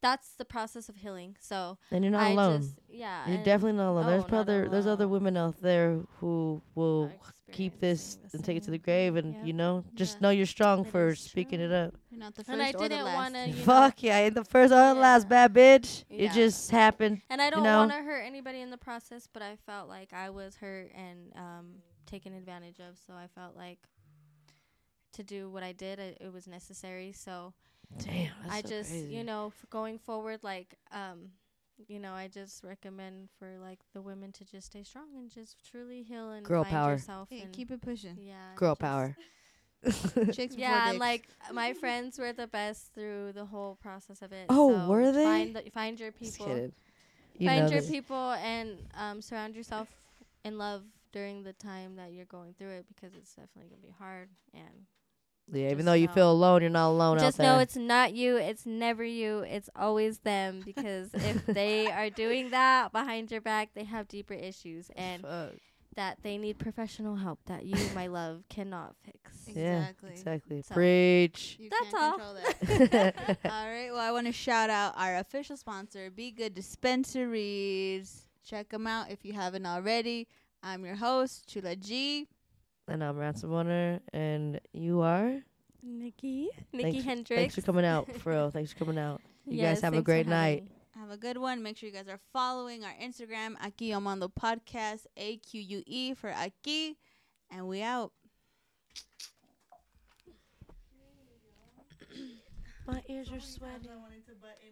Speaker 3: that's the process of healing. So
Speaker 2: And you're not
Speaker 3: I
Speaker 2: alone.
Speaker 3: just yeah,
Speaker 2: You're
Speaker 3: and
Speaker 2: definitely not alone.
Speaker 3: Oh,
Speaker 2: there's
Speaker 3: not
Speaker 2: other there's other
Speaker 3: alone.
Speaker 2: women out there who will
Speaker 3: not
Speaker 2: keep
Speaker 3: experiencing
Speaker 2: this
Speaker 3: the
Speaker 2: and take it to
Speaker 3: same
Speaker 2: the grave, and
Speaker 3: Yeah.
Speaker 2: you know, just
Speaker 3: Yeah.
Speaker 2: know you're strong
Speaker 3: That
Speaker 2: for
Speaker 3: is
Speaker 2: speaking
Speaker 3: true.
Speaker 2: it up.
Speaker 1: You're not the first
Speaker 3: And I
Speaker 1: or the
Speaker 3: didn't
Speaker 1: last.
Speaker 3: want to you know,
Speaker 2: Fuck yeah, I ain't the first or the last bad bitch. It
Speaker 3: Yeah.
Speaker 2: just happened.
Speaker 3: and I don't
Speaker 2: know?
Speaker 3: want to hurt anybody in the process. But I felt like I was hurt and um taken advantage of. So I felt like to do what I did, it, it was necessary. So
Speaker 2: Damn, that's
Speaker 3: I
Speaker 2: so
Speaker 3: just,
Speaker 2: crazy.
Speaker 3: you know, f- going forward, like, um, you know, I just recommend for like the women to just stay strong and just truly heal and
Speaker 2: Girl
Speaker 3: find
Speaker 2: power.
Speaker 3: yourself.
Speaker 1: Yeah,
Speaker 3: and,
Speaker 1: keep it pushing.
Speaker 3: yeah,
Speaker 2: girl
Speaker 3: just-
Speaker 2: power.
Speaker 1: Chicks before
Speaker 3: Yeah, and
Speaker 1: dicks.
Speaker 3: like my friends were the best through the whole process of it.
Speaker 2: Oh,
Speaker 3: so
Speaker 2: were they?
Speaker 3: Find the, find your
Speaker 2: Just
Speaker 3: people.
Speaker 2: kidding. You know
Speaker 3: find your
Speaker 2: that.
Speaker 3: people and um, surround yourself in love during the time that you're going through it because it's definitely gonna be hard and
Speaker 2: Yeah, even
Speaker 3: just
Speaker 2: though you
Speaker 3: know.
Speaker 2: feel alone, you're not alone
Speaker 3: just
Speaker 2: out there.
Speaker 3: know it's not you it's never you it's always them because if they are doing that behind your back they have deeper issues and
Speaker 2: Fuck.
Speaker 3: that they need professional help that you my love cannot fix
Speaker 2: Yeah,
Speaker 1: Exactly.
Speaker 2: exactly.
Speaker 3: So-
Speaker 2: Preach.
Speaker 1: You
Speaker 3: that's
Speaker 1: can't
Speaker 3: all.
Speaker 1: control that. All right. Well, I want to shout out our official sponsor, Be Good Dispensaries. Check them out if you haven't already. I'm your host, Chula G.
Speaker 2: and I'm Ransom Warner, and you are.
Speaker 3: nikki
Speaker 2: Thanks-
Speaker 3: nikki hendricks
Speaker 2: Thanks for coming out, for real. Thanks for coming out. You guys
Speaker 3: Yes,
Speaker 2: have a
Speaker 3: thanks for
Speaker 2: great
Speaker 3: having me.
Speaker 1: Have a good one. Make sure you guys are following our Instagram, Aquí Omando Podcast, A Q U E for Aquí. And we out.
Speaker 2: My ears are sweating.